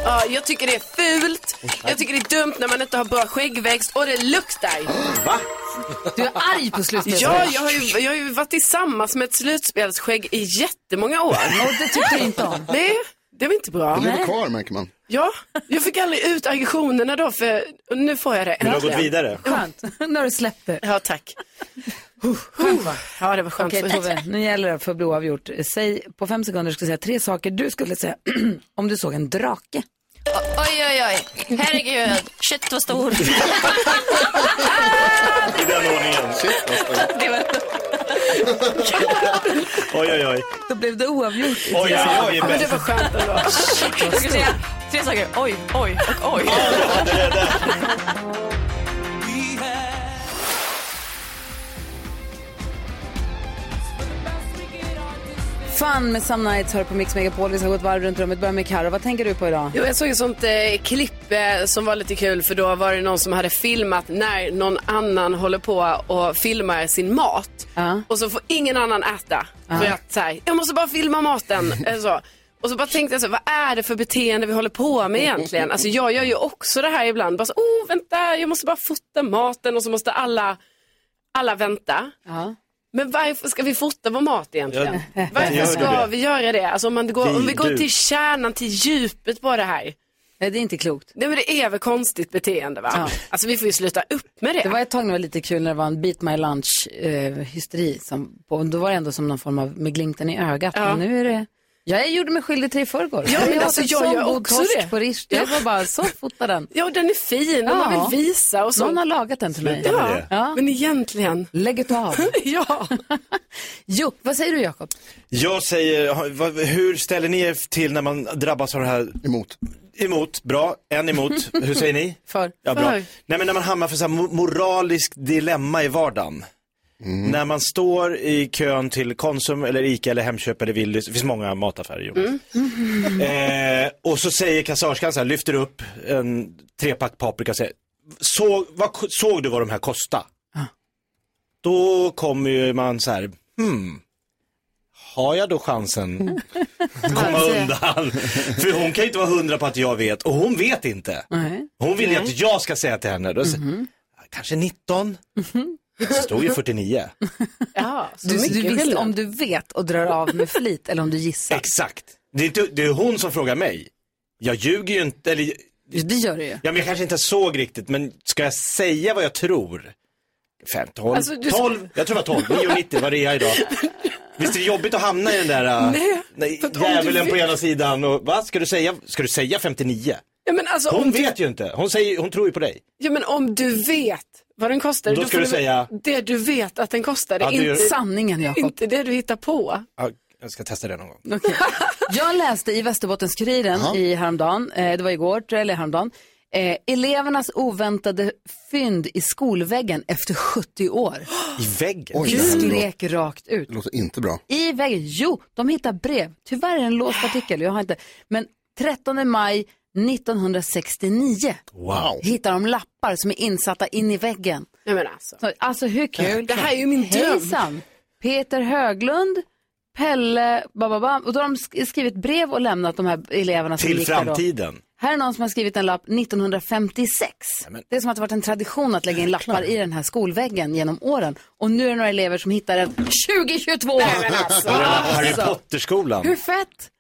[SPEAKER 3] Ja, jag tycker det är fult, jag tycker det är dumt när man inte har bra skäggväxt och det luktar.
[SPEAKER 4] Va?
[SPEAKER 1] Du är arg på slutspelsskägg.
[SPEAKER 3] Ja, jag har, ju, jag har ju varit tillsammans med ett slutspelsskägg i jättemånga år.
[SPEAKER 1] Och det tyckte du inte om?
[SPEAKER 3] Nej, det var inte bra.
[SPEAKER 2] Det lever kvar märker man.
[SPEAKER 3] Ja, jag fick aldrig ut aggressionerna då för och nu får jag det
[SPEAKER 2] Men du har
[SPEAKER 3] äntligen.
[SPEAKER 2] gått vidare.
[SPEAKER 1] Skönt, nu har du släppt det.
[SPEAKER 3] Ja, tack. Skönt, va? Ja, det var skönt.
[SPEAKER 1] Okej Tove, nu gäller det för att bli oavgjort. Säg på fem sekunder ska du säga tre saker du skulle säga om du såg en drake.
[SPEAKER 7] Oj, oj, oj. Herregud. Shit vad stor.
[SPEAKER 4] I den ordningen. Oj, oj, oj.
[SPEAKER 1] Då blev det oavgjort.
[SPEAKER 4] Oj, oj, oj,
[SPEAKER 7] Ja, men det
[SPEAKER 4] var
[SPEAKER 3] skönt ändå.
[SPEAKER 7] Jag ska säga tre saker. Oj, oj och oj.
[SPEAKER 1] Fun med Some Nights hör på Mix Megapol. Vi ska gå ett varv runt rummet. Börja med Karo. vad tänker du på idag?
[SPEAKER 3] Jo, jag såg ett sånt eh, klipp eh, som var lite kul för då var det någon som hade filmat när någon annan håller på och filmar sin mat. Och så får ingen annan äta. För att så här, jag måste bara filma maten. eller så. Och så bara tänkte jag så här, vad är det för beteende vi håller på med egentligen? Alltså jag gör ju också det här ibland. Bara så, oh vänta, jag måste bara fota maten och så måste alla, alla vänta.
[SPEAKER 1] Eh,
[SPEAKER 3] Men varför ska vi fota vår mat egentligen?
[SPEAKER 1] Ja.
[SPEAKER 3] Varför
[SPEAKER 1] Gör
[SPEAKER 3] ska
[SPEAKER 1] du det?
[SPEAKER 3] vi göra det? Alltså om, man går, om vi
[SPEAKER 1] Vi,
[SPEAKER 3] går
[SPEAKER 1] du.
[SPEAKER 3] till kärnan, till djupet på det här.
[SPEAKER 1] Nej, det är inte klokt.
[SPEAKER 3] Nej men det är väl konstigt beteende va?
[SPEAKER 1] Ja.
[SPEAKER 3] Alltså vi får ju sluta upp med det.
[SPEAKER 1] Det var ett tag när det var lite kul när det var en beat my lunch eh, hysteri. Som, på, då var det ändå som någon form av med glimten i ögat.
[SPEAKER 3] Ja.
[SPEAKER 1] Men nu är det... Jag gjorde mig skyldig till det i förrgår.
[SPEAKER 3] Ja, men
[SPEAKER 1] jag
[SPEAKER 3] alltså,
[SPEAKER 1] åt en
[SPEAKER 3] jag
[SPEAKER 1] sån
[SPEAKER 3] gör
[SPEAKER 1] god
[SPEAKER 3] också
[SPEAKER 1] torsk
[SPEAKER 3] det.
[SPEAKER 1] På Rish. Jag
[SPEAKER 3] Ja.
[SPEAKER 1] var bara, så fota den.
[SPEAKER 3] Ja, och den är fin och man vill visa och så.
[SPEAKER 1] Någon har lagat den till mig.
[SPEAKER 3] Sluta med det. Men egentligen.
[SPEAKER 1] Lägg ett av.
[SPEAKER 3] ja.
[SPEAKER 1] jo, vad säger du Jakob?
[SPEAKER 4] Jag säger, ha- vad- hur ställer ni er till när man drabbas av det här?
[SPEAKER 2] Emot.
[SPEAKER 4] Emot, bra. En emot. Hur säger ni?
[SPEAKER 1] För.
[SPEAKER 4] Ja, bra.
[SPEAKER 1] För.
[SPEAKER 4] Nej, men när man hamnar för så här mo- moralisk dilemma i vardagen. När man står i kön till Konsum eller Ica eller Hemköp eller Willys, det finns många mataffärer i Jonas.
[SPEAKER 1] Mm.
[SPEAKER 4] Eh, och så säger kassörskan så här, lyfter upp en trepack paprika och säger, såg, vad, såg du vad de här kostar?
[SPEAKER 1] Ah.
[SPEAKER 4] Då kommer ju man så här, hmm, har jag då
[SPEAKER 1] Mm.
[SPEAKER 4] chansen att komma
[SPEAKER 3] Alltså.
[SPEAKER 4] undan? För hon kan ju inte vara hundra på att jag vet och hon vet inte.
[SPEAKER 1] Nej.
[SPEAKER 4] Hon vill ju
[SPEAKER 1] Nej.
[SPEAKER 4] att jag ska säga till henne, då, säger,
[SPEAKER 3] Mhm.
[SPEAKER 4] kanske 19? Det stod ju 49.
[SPEAKER 3] Ja, så
[SPEAKER 1] Du, du
[SPEAKER 3] mycket
[SPEAKER 1] visste
[SPEAKER 3] skillnad.
[SPEAKER 1] om du vet och drar av med flit eller om du gissar.
[SPEAKER 4] Exakt. Det är, inte, det är hon som frågar mig. Jag ljuger ju inte, eller...
[SPEAKER 1] Det gör du ju.
[SPEAKER 4] Ja, men jag kanske inte såg riktigt, men ska jag säga vad jag tror? 5, 12,
[SPEAKER 3] Alltså, du-
[SPEAKER 4] 12, jag tror det var 12, 9,90 var det jag idag. Visst är det jobbigt att hamna i den där äh,
[SPEAKER 3] Nej,
[SPEAKER 4] nej,
[SPEAKER 3] för att om du
[SPEAKER 4] djävulen på
[SPEAKER 3] vet-
[SPEAKER 4] ena sidan och vad ska du säga, ska du säga 59?
[SPEAKER 3] Ja, men alltså,
[SPEAKER 4] hon
[SPEAKER 3] om du-
[SPEAKER 4] vet ju inte, hon, säger, hon tror ju på dig.
[SPEAKER 3] Ja men om du vet vad den kostar.
[SPEAKER 4] Då ska
[SPEAKER 3] får
[SPEAKER 4] du säga-
[SPEAKER 3] Det du vet att den kostar. Det är
[SPEAKER 4] Ja, det
[SPEAKER 3] inte
[SPEAKER 4] gör-
[SPEAKER 1] Sanningen Jakob.
[SPEAKER 3] Inte det du hittar på.
[SPEAKER 4] Ja, jag ska testa det någon gång.
[SPEAKER 1] Jag läste i Västerbottens-Kuriren i häromdagen, eh, det var igår, tror jag, eller häromdagen, Eh, elevernas oväntade fynd i skolväggen efter 70 år.
[SPEAKER 4] I väggen?
[SPEAKER 1] Vi skrek rakt ut.
[SPEAKER 2] Det låter inte bra.
[SPEAKER 1] I väggen? Jo, de hittar brev. Tyvärr är det en låst artikel, jag har inte. Men 13 maj 1969
[SPEAKER 2] Wow.
[SPEAKER 1] hittar de lappar som är insatta in i väggen.
[SPEAKER 3] Nej, men alltså.
[SPEAKER 1] Så, alltså hur kul?
[SPEAKER 3] Det här är ju min dröm.
[SPEAKER 1] Hejsan. Peter Höglund, Pelle, bababa. Och då har de sk- skrivit brev och lämnat de här eleverna som
[SPEAKER 4] Till
[SPEAKER 1] gick där då.
[SPEAKER 4] framtiden.
[SPEAKER 1] Här är någon som har skrivit en lapp 1956. Det är som att det varit en tradition att lägga in lappar i den här skolväggen genom åren. Och nu är det några elever som hittar den 2022.
[SPEAKER 3] Ah,
[SPEAKER 4] Alltså. Harry Potter-skolan.
[SPEAKER 1] Hur fett?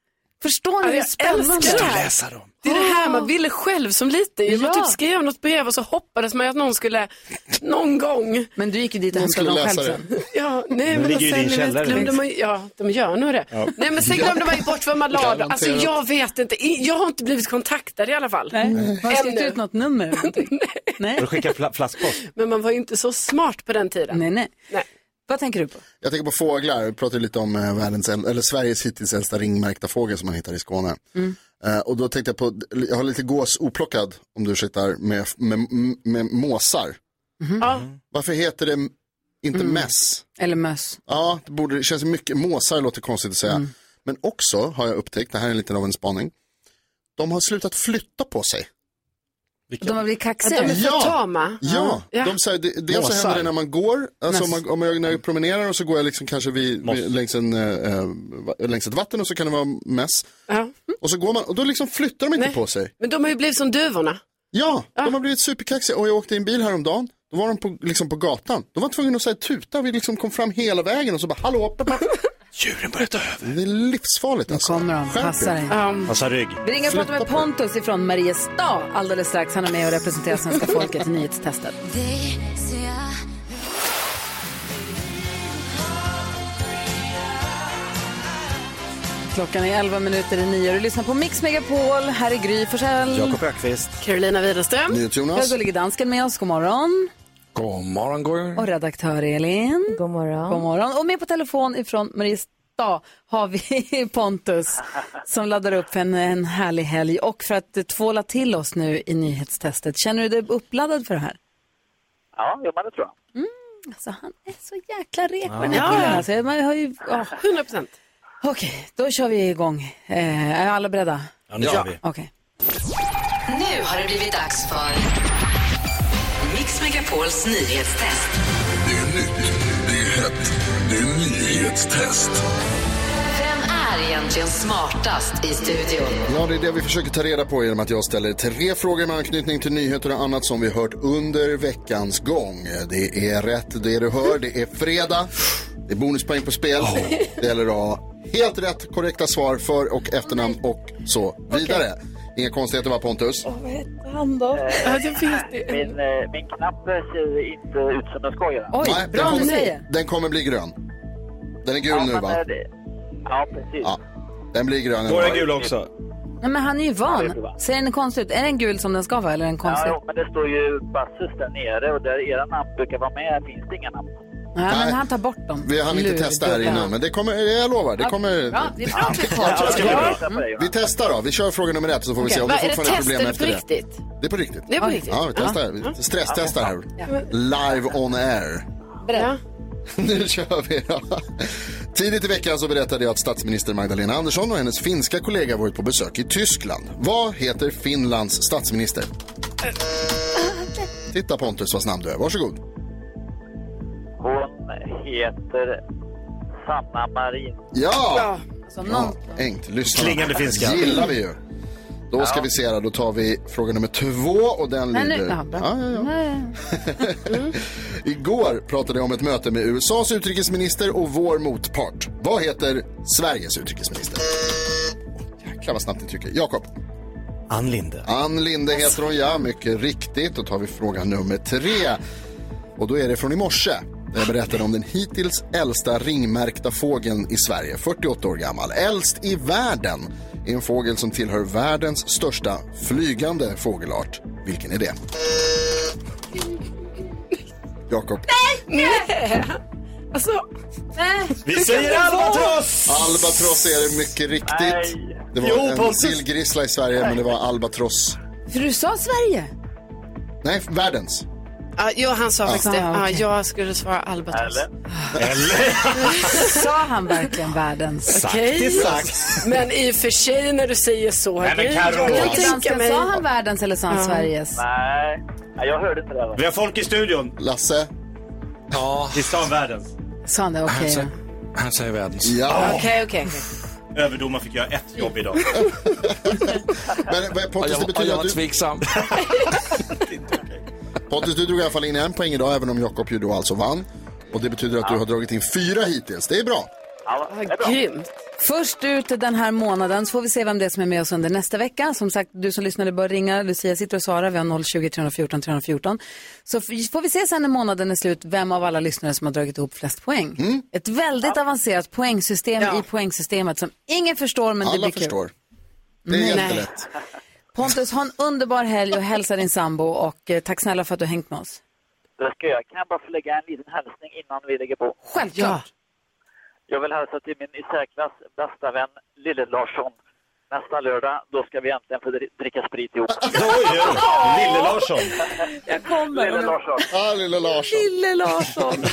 [SPEAKER 1] Förstår ni
[SPEAKER 3] Ja,
[SPEAKER 1] hur
[SPEAKER 3] jag
[SPEAKER 1] spännande?
[SPEAKER 3] älskar det
[SPEAKER 4] Jag
[SPEAKER 3] här.
[SPEAKER 4] läser dem.
[SPEAKER 3] Det är det här man ville själv som liten. Jag
[SPEAKER 1] Ja.
[SPEAKER 3] typ skrev något brev och så hoppades man ju att någon skulle, någon gång.
[SPEAKER 1] Men du gick ju dit
[SPEAKER 2] och Någon hämtade skulle dem läsa själv det.
[SPEAKER 3] Ja, nej,
[SPEAKER 4] Den
[SPEAKER 3] men och
[SPEAKER 4] ligger ju i
[SPEAKER 3] sen
[SPEAKER 4] din
[SPEAKER 3] ni vet,
[SPEAKER 4] källare,
[SPEAKER 3] glömde
[SPEAKER 4] liksom.
[SPEAKER 3] man ju, ja, de gör nog det.
[SPEAKER 4] Ja.
[SPEAKER 3] Nej, men sen glömde man ju bort vad man la då. Alltså
[SPEAKER 1] Garanterat.
[SPEAKER 3] jag vet inte, I- jag har inte blivit kontaktad i alla fall.
[SPEAKER 1] Har du skrivit ut något nummer? Nej.
[SPEAKER 4] Har du skickat fla- flaskpost?
[SPEAKER 3] Men man var ju inte så smart på den tiden.
[SPEAKER 1] Nej, nej.
[SPEAKER 3] nej.
[SPEAKER 1] Vad tänker du på?
[SPEAKER 2] Jag tänker på fåglar. Vi pratade lite om eh, världens, äl- eller Sveriges hittills äldsta ringmärkta fågel som man hittar i Skåne. Eh, och då tänkte jag på, jag har lite gås oplockad, om du ursäktar, med, med, med måsar.
[SPEAKER 3] Ja.
[SPEAKER 2] Varför heter det m- inte mäss?
[SPEAKER 1] Eller möss.
[SPEAKER 2] Ja, det, borde, det känns mycket, måsar låter konstigt att säga. Men också har jag upptäckt, det här är lite av en spaning, de har slutat flytta på sig.
[SPEAKER 1] De har blivit kaxiga.
[SPEAKER 3] Att de är
[SPEAKER 2] Ja.
[SPEAKER 3] för tama.
[SPEAKER 2] Ja, de, så här, det, dels så
[SPEAKER 4] Måsar.
[SPEAKER 2] händer det när man går, alltså om,
[SPEAKER 1] Mäss.
[SPEAKER 2] man, om jag, när jag promenerar och så går jag liksom kanske vid, vid, längs, en, eh, eh, va- längs ett vatten och så kan det vara mäss.
[SPEAKER 3] Ja.
[SPEAKER 2] Och så går man och då liksom flyttar de inte på sig.
[SPEAKER 3] Men de har ju blivit som duvorna.
[SPEAKER 2] Ja,
[SPEAKER 1] Ah.
[SPEAKER 2] de har blivit superkaxiga och jag åkte i en bil häromdagen. Då var de på, liksom på gatan. Då var tvungna att säga tuta. Vi liksom kom fram hela vägen och så bara hallå. pa, pa.
[SPEAKER 4] Djuren börjar ta över.
[SPEAKER 2] Det är livsfarligt alltså.
[SPEAKER 1] Nu kommer de. Passa dig.
[SPEAKER 4] Passa rygg.
[SPEAKER 1] Vi ringer och pratar med Pontus ifrån Mariestad alldeles strax. Han är med och representerar svenska folket i nyhetstestet. Klockan är 11 minuter i nio. Du lyssnar på Mix Megapol. Här är Gry Forssell.
[SPEAKER 4] Jakob Ökvist.
[SPEAKER 3] Carolina Widerström.
[SPEAKER 1] Här går ligger dansken med oss. God morgon.
[SPEAKER 5] God morgon, Gry.
[SPEAKER 1] Och redaktör Elin. God morgon. God morgon. Och med på telefon ifrån Mariestad har vi Pontus som laddar upp för en, en härlig helg och för att eh, tvåla till oss nu i nyhetstestet. Känner du dig uppladdad för det här?
[SPEAKER 14] Ja, jo, men det tror jag.
[SPEAKER 1] Alltså han är så jäkla rek på den
[SPEAKER 3] Ja.
[SPEAKER 1] här killen. Alltså, man har ju, ja.
[SPEAKER 3] 100 procent.
[SPEAKER 1] Okej, då kör vi igång. Eh, är alla beredda?
[SPEAKER 4] Ja, nu kör vi.
[SPEAKER 1] Okej.
[SPEAKER 13] Nu har det blivit dags för Mix Megapols nyhetstest.
[SPEAKER 15] Det är nytt, det är hett, det är nyhetstest.
[SPEAKER 13] Vem är egentligen smartast i studion?
[SPEAKER 2] Ja, det är det vi försöker ta reda på genom att jag ställer tre frågor med anknytning till nyheter och annat som vi hört under veckans gång. Det är rätt, det du hör, det är fredag, det är bonuspoäng på spel, det gäller att ha helt rätt, korrekta svar för och efternamn och så vidare. Inga konstigheter va Pontus?
[SPEAKER 1] Vad hette han då? Ja, jag vet
[SPEAKER 14] Min, eh, min knapp eh, ser inte ut som den ska göra.
[SPEAKER 2] Nej, den, kommer, den kommer bli grön. Den är gul
[SPEAKER 14] Ja,
[SPEAKER 2] nu
[SPEAKER 14] men,
[SPEAKER 2] va?
[SPEAKER 14] eh, det- Ja, precis.
[SPEAKER 2] Ja, den blir grön.
[SPEAKER 4] Våra är gula också.
[SPEAKER 1] Nej, men han är ju
[SPEAKER 14] Ja, det är
[SPEAKER 1] van.
[SPEAKER 14] bra.
[SPEAKER 1] Ser den konstig ut? Är den gul som den ska vara eller är den konstig?
[SPEAKER 14] Ja, jo, men det står ju Bassus där nere och där era namn brukar vara med finns det inga namn.
[SPEAKER 1] Nej, men han tar bort dem.
[SPEAKER 2] Vi hann inte testa här innan, men det kommer, jag lovar, det
[SPEAKER 1] Ja,
[SPEAKER 2] kommer...
[SPEAKER 1] bra. Det är bra att vi tar.
[SPEAKER 2] Jag tror att det blir bra.
[SPEAKER 1] Ja.
[SPEAKER 2] Mm. Vi testar då, vi kör fråga nummer ett så får vi
[SPEAKER 1] Okej.
[SPEAKER 2] se om vi
[SPEAKER 1] Vad, är det
[SPEAKER 2] fortfarande har
[SPEAKER 1] test
[SPEAKER 2] problem
[SPEAKER 1] eller
[SPEAKER 2] efter
[SPEAKER 1] på
[SPEAKER 2] det.
[SPEAKER 1] riktigt?
[SPEAKER 2] Det är på riktigt.
[SPEAKER 1] Det är på riktigt?
[SPEAKER 2] Ja, vi testar. Vi stresstestar här. Live on air.
[SPEAKER 1] Berätta.
[SPEAKER 2] nu kör vi då. Tidigt i veckan så berättade jag att statsminister Magdalena Andersson och hennes finska kollega varit på besök i Tyskland. Vad heter Finlands statsminister? Titta Pontus vad snabb du är, varsågod.
[SPEAKER 14] Hon heter Sanna Marin.
[SPEAKER 2] Ja!
[SPEAKER 14] Ja,
[SPEAKER 2] ja Engt, lyssna.
[SPEAKER 4] Klingande finska.
[SPEAKER 2] gillar vi ju. Då ska vi se här, då tar vi fråga nummer två och den
[SPEAKER 1] Men nu,
[SPEAKER 2] lyder...
[SPEAKER 1] ja, bra.
[SPEAKER 2] Ja, ja, ja. Igår pratade jag om ett möte med USAs utrikesminister och vår motpart. Vad heter Sveriges utrikesminister? Åh, Jäklar vad snabbt ni tycker. Jakob.
[SPEAKER 4] Ann Linde.
[SPEAKER 2] Ann Linde heter hon, ja. Mycket riktigt. Då tar vi fråga nummer tre. Och då är det från i morse. Där jag berättade om den hittills äldsta ringmärkta fågeln i Sverige, 48 år gammal. Äldst i världen är en fågel som tillhör världens största flygande fågelart. Vilken är det? Jakob.
[SPEAKER 3] Nej! Alltså, nej.
[SPEAKER 2] Vi
[SPEAKER 4] säger albatross!
[SPEAKER 2] Albatross är det mycket riktigt. Det var
[SPEAKER 4] Jo,
[SPEAKER 2] en
[SPEAKER 4] Pontus.
[SPEAKER 2] sillgrissla i Sverige, men det var albatross.
[SPEAKER 1] För du sa Sverige.
[SPEAKER 2] Nej, världens.
[SPEAKER 3] Ja, jo, han sa
[SPEAKER 2] Ja.
[SPEAKER 3] faktiskt det.
[SPEAKER 1] Ah,
[SPEAKER 3] Ja,
[SPEAKER 1] okej.
[SPEAKER 3] jag skulle svara albatross.
[SPEAKER 1] Sa han verkligen världens?
[SPEAKER 3] Okej. Men i och för sig när du säger så,
[SPEAKER 1] Nej, men
[SPEAKER 3] herregud.
[SPEAKER 1] Karo.
[SPEAKER 3] jag
[SPEAKER 1] Jag
[SPEAKER 3] kan tänka
[SPEAKER 1] dansken,
[SPEAKER 3] mig.
[SPEAKER 1] sa han världens eller sa han Sveriges?
[SPEAKER 14] Nej, Nej, jag hörde inte det.
[SPEAKER 4] Vi har folk i studion.
[SPEAKER 2] Lasse.
[SPEAKER 4] Ja. I stan världens.
[SPEAKER 1] Sa han det? Okej.
[SPEAKER 2] Alltså.
[SPEAKER 4] sa-
[SPEAKER 1] då.
[SPEAKER 5] Han säger världens.
[SPEAKER 2] Ja.
[SPEAKER 1] Okej, okej.
[SPEAKER 4] Överdomaren fick göra ett jobb idag.
[SPEAKER 2] Men vad-
[SPEAKER 5] Och jag-
[SPEAKER 2] Pontus, det
[SPEAKER 5] och
[SPEAKER 2] betyder
[SPEAKER 5] jag
[SPEAKER 2] att
[SPEAKER 5] var
[SPEAKER 2] du...
[SPEAKER 5] tveksam.
[SPEAKER 2] Pontus, du drog i alla fall in en poäng idag, även om Jakob ju då alltså vann. Och det betyder att du har dragit in fyra hittills. Det är bra.
[SPEAKER 3] Grymt.
[SPEAKER 1] Först ut den här månaden så får vi se vem det är som är med oss under nästa vecka. Som sagt, du som lyssnade bör ringa. Lucia sitter och svarar. Vi har 020 314 314. Så f- får vi se sen när månaden är slut vem av alla lyssnare som har dragit ihop flest poäng.
[SPEAKER 2] Mm.
[SPEAKER 1] Ett väldigt avancerat poängsystem i poängsystemet som ingen förstår men det
[SPEAKER 2] Alla
[SPEAKER 1] blir kul. Mm.
[SPEAKER 2] förstår. Det är
[SPEAKER 1] Nej.
[SPEAKER 2] jättelätt.
[SPEAKER 1] Pontus, ha en underbar helg och hälsa din sambo och eh, tack snälla för att du har hängt med oss.
[SPEAKER 14] Det ska jag. Kan jag bara få lägga en liten hälsning innan vi lägger på?
[SPEAKER 1] Självklart.
[SPEAKER 14] Jag vill hälsa till min i särklass bästa vän Lille Larsson. Nästa lördag, då ska vi äntligen få dri- dricka sprit ihop.
[SPEAKER 4] Lille Larsson.
[SPEAKER 1] Jag kommer.
[SPEAKER 14] Lille Larsson.
[SPEAKER 2] Ja, lille Larsson.
[SPEAKER 1] Lille Larsson.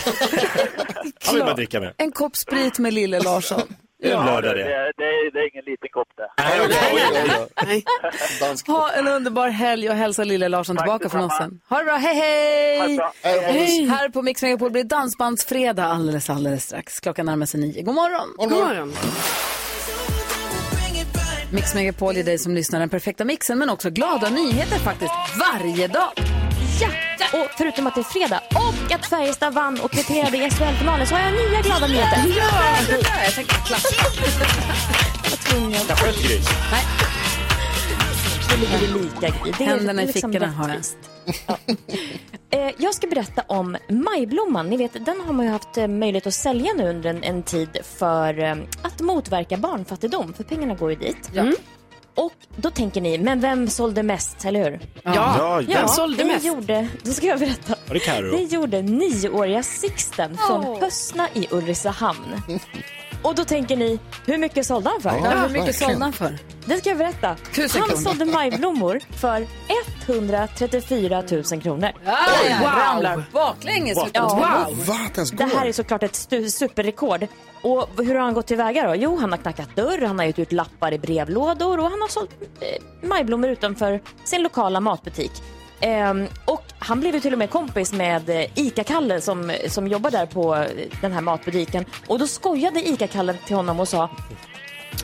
[SPEAKER 4] Han vill bara dricka med.
[SPEAKER 1] En kopp sprit med lille Larsson.
[SPEAKER 4] Det är en lördag
[SPEAKER 14] det,
[SPEAKER 4] det.
[SPEAKER 14] är- det, är, det är ingen liten kopp det.
[SPEAKER 1] Ha en underbar helg och hälsa lille Larsson tillbaka från oss
[SPEAKER 14] detsamma.
[SPEAKER 1] sen. Ha det bra, hej hej!
[SPEAKER 14] Hej,
[SPEAKER 1] hej. Här på Mix Megapol blir dansbandsfredag alldeles, alldeles strax. Klockan närmar sig nio. God morgon!
[SPEAKER 3] God morgon.
[SPEAKER 1] Mix Megapol är dig som lyssnar den perfekta mixen men också glada nyheter faktiskt varje dag.
[SPEAKER 16] Ja! Och förutom att det är fredag och att Färjestad vann och kvoterade i SHL-finalen så har jag nya glada nyheter.
[SPEAKER 1] Ja! Jag tänker klappa.
[SPEAKER 16] Det ligger vi lika i. Det är
[SPEAKER 1] Händerna i
[SPEAKER 16] liksom
[SPEAKER 1] fickorna har jag.
[SPEAKER 16] rättvist. Eh, jag ska berätta om majblomman. Ni vet, den har man ju haft eh, möjlighet att sälja nu under en, en tid för eh, att motverka barnfattigdom, för pengarna går ju dit. Mm. Och då tänker ni, men vem sålde mest, eller hur?
[SPEAKER 3] Ja, Ja, vem sålde
[SPEAKER 16] det
[SPEAKER 3] mest?
[SPEAKER 16] Gjorde, det ska jag berätta.
[SPEAKER 4] Var det Karo?
[SPEAKER 16] Det gjorde nioåriga Sixten från
[SPEAKER 1] Åh.
[SPEAKER 16] Hössna i Ulricehamn. Och då tänker ni, hur mycket sålde han för?
[SPEAKER 1] Ja, hur mycket sålde han för?
[SPEAKER 16] Det ska jag berätta.
[SPEAKER 1] Tusen
[SPEAKER 16] han
[SPEAKER 1] kronor.
[SPEAKER 16] sålde majblommor för 134 000 kronor.
[SPEAKER 1] Aj, jag ramlar baklänges. utan
[SPEAKER 16] Ja.
[SPEAKER 1] tvekan.
[SPEAKER 16] Det här är såklart ett stu- superrekord. Och hur har han gått tillväga då? Jo, han har knackat dörr, han har gett ut lappar i brevlådor och han har sålt eh, majblommor utanför sin lokala matbutik. Ehm, och han blev ju till och med kompis med eh, ICA-Kalle som, som jobbar där på eh, den här matbutiken. Och då skojade ICA-Kalle till honom och sa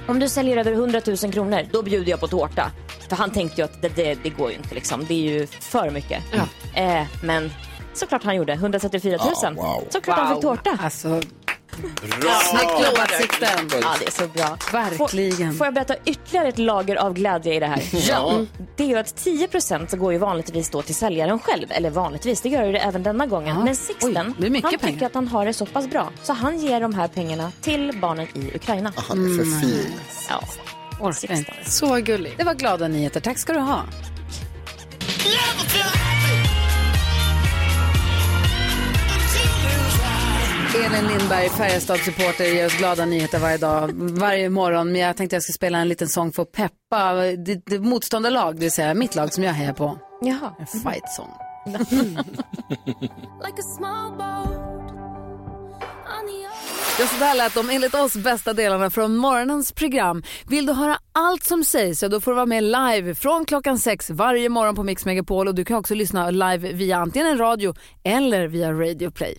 [SPEAKER 16] om du säljer över 100 000 kronor, då bjuder jag på tårta. För han tänkte ju att det, det, det går ju inte liksom. Det är ju för mycket. Eh, men såklart han gjorde. 134 000.
[SPEAKER 1] Ja, wow.
[SPEAKER 16] Såklart han fick
[SPEAKER 1] Wow.
[SPEAKER 16] tårta.
[SPEAKER 1] Alltså,
[SPEAKER 4] Bra!
[SPEAKER 1] Snyggt jobbat, Sixten.
[SPEAKER 16] Ja, det är så bra.
[SPEAKER 1] Verkligen.
[SPEAKER 16] Får, får jag berätta ytterligare ett lager av glädje i det här?
[SPEAKER 1] Ja.
[SPEAKER 16] Mm. Det är ju att 10 så går ju vanligtvis då till säljaren själv. Eller vanligtvis, det gör ju det även denna gången.
[SPEAKER 1] Ja.
[SPEAKER 16] Men Sixten,
[SPEAKER 1] Oj, det är mycket
[SPEAKER 16] han
[SPEAKER 1] pengar.
[SPEAKER 16] tycker att han har det så pass bra. Så han ger de här pengarna till barnen i Ukraina.
[SPEAKER 2] Ah, Han är
[SPEAKER 1] Mm.
[SPEAKER 2] för fin.
[SPEAKER 16] Ja.
[SPEAKER 1] Orkar inte.
[SPEAKER 3] Så gulligt.
[SPEAKER 1] Det var glada nyheter. Tack ska du ha. Elin Lindberg, Färjestad-supporter, ger oss glada nyheter varje dag, varje morgon. Men jag tänkte jag skulle spela en liten sång för att peppa det, det motståndarlag, det vill säga mitt lag som jag hejar på.
[SPEAKER 16] Jaha.
[SPEAKER 1] En fight song.
[SPEAKER 12] Like a small boat on the ocean.
[SPEAKER 1] Ja, så där lät de enligt oss bästa delarna från morgonens program. Vill du höra allt som sägs så då får du vara med live från klockan sex varje morgon på Mix Megapol och du kan också lyssna live via antingen en radio eller via Radio Play.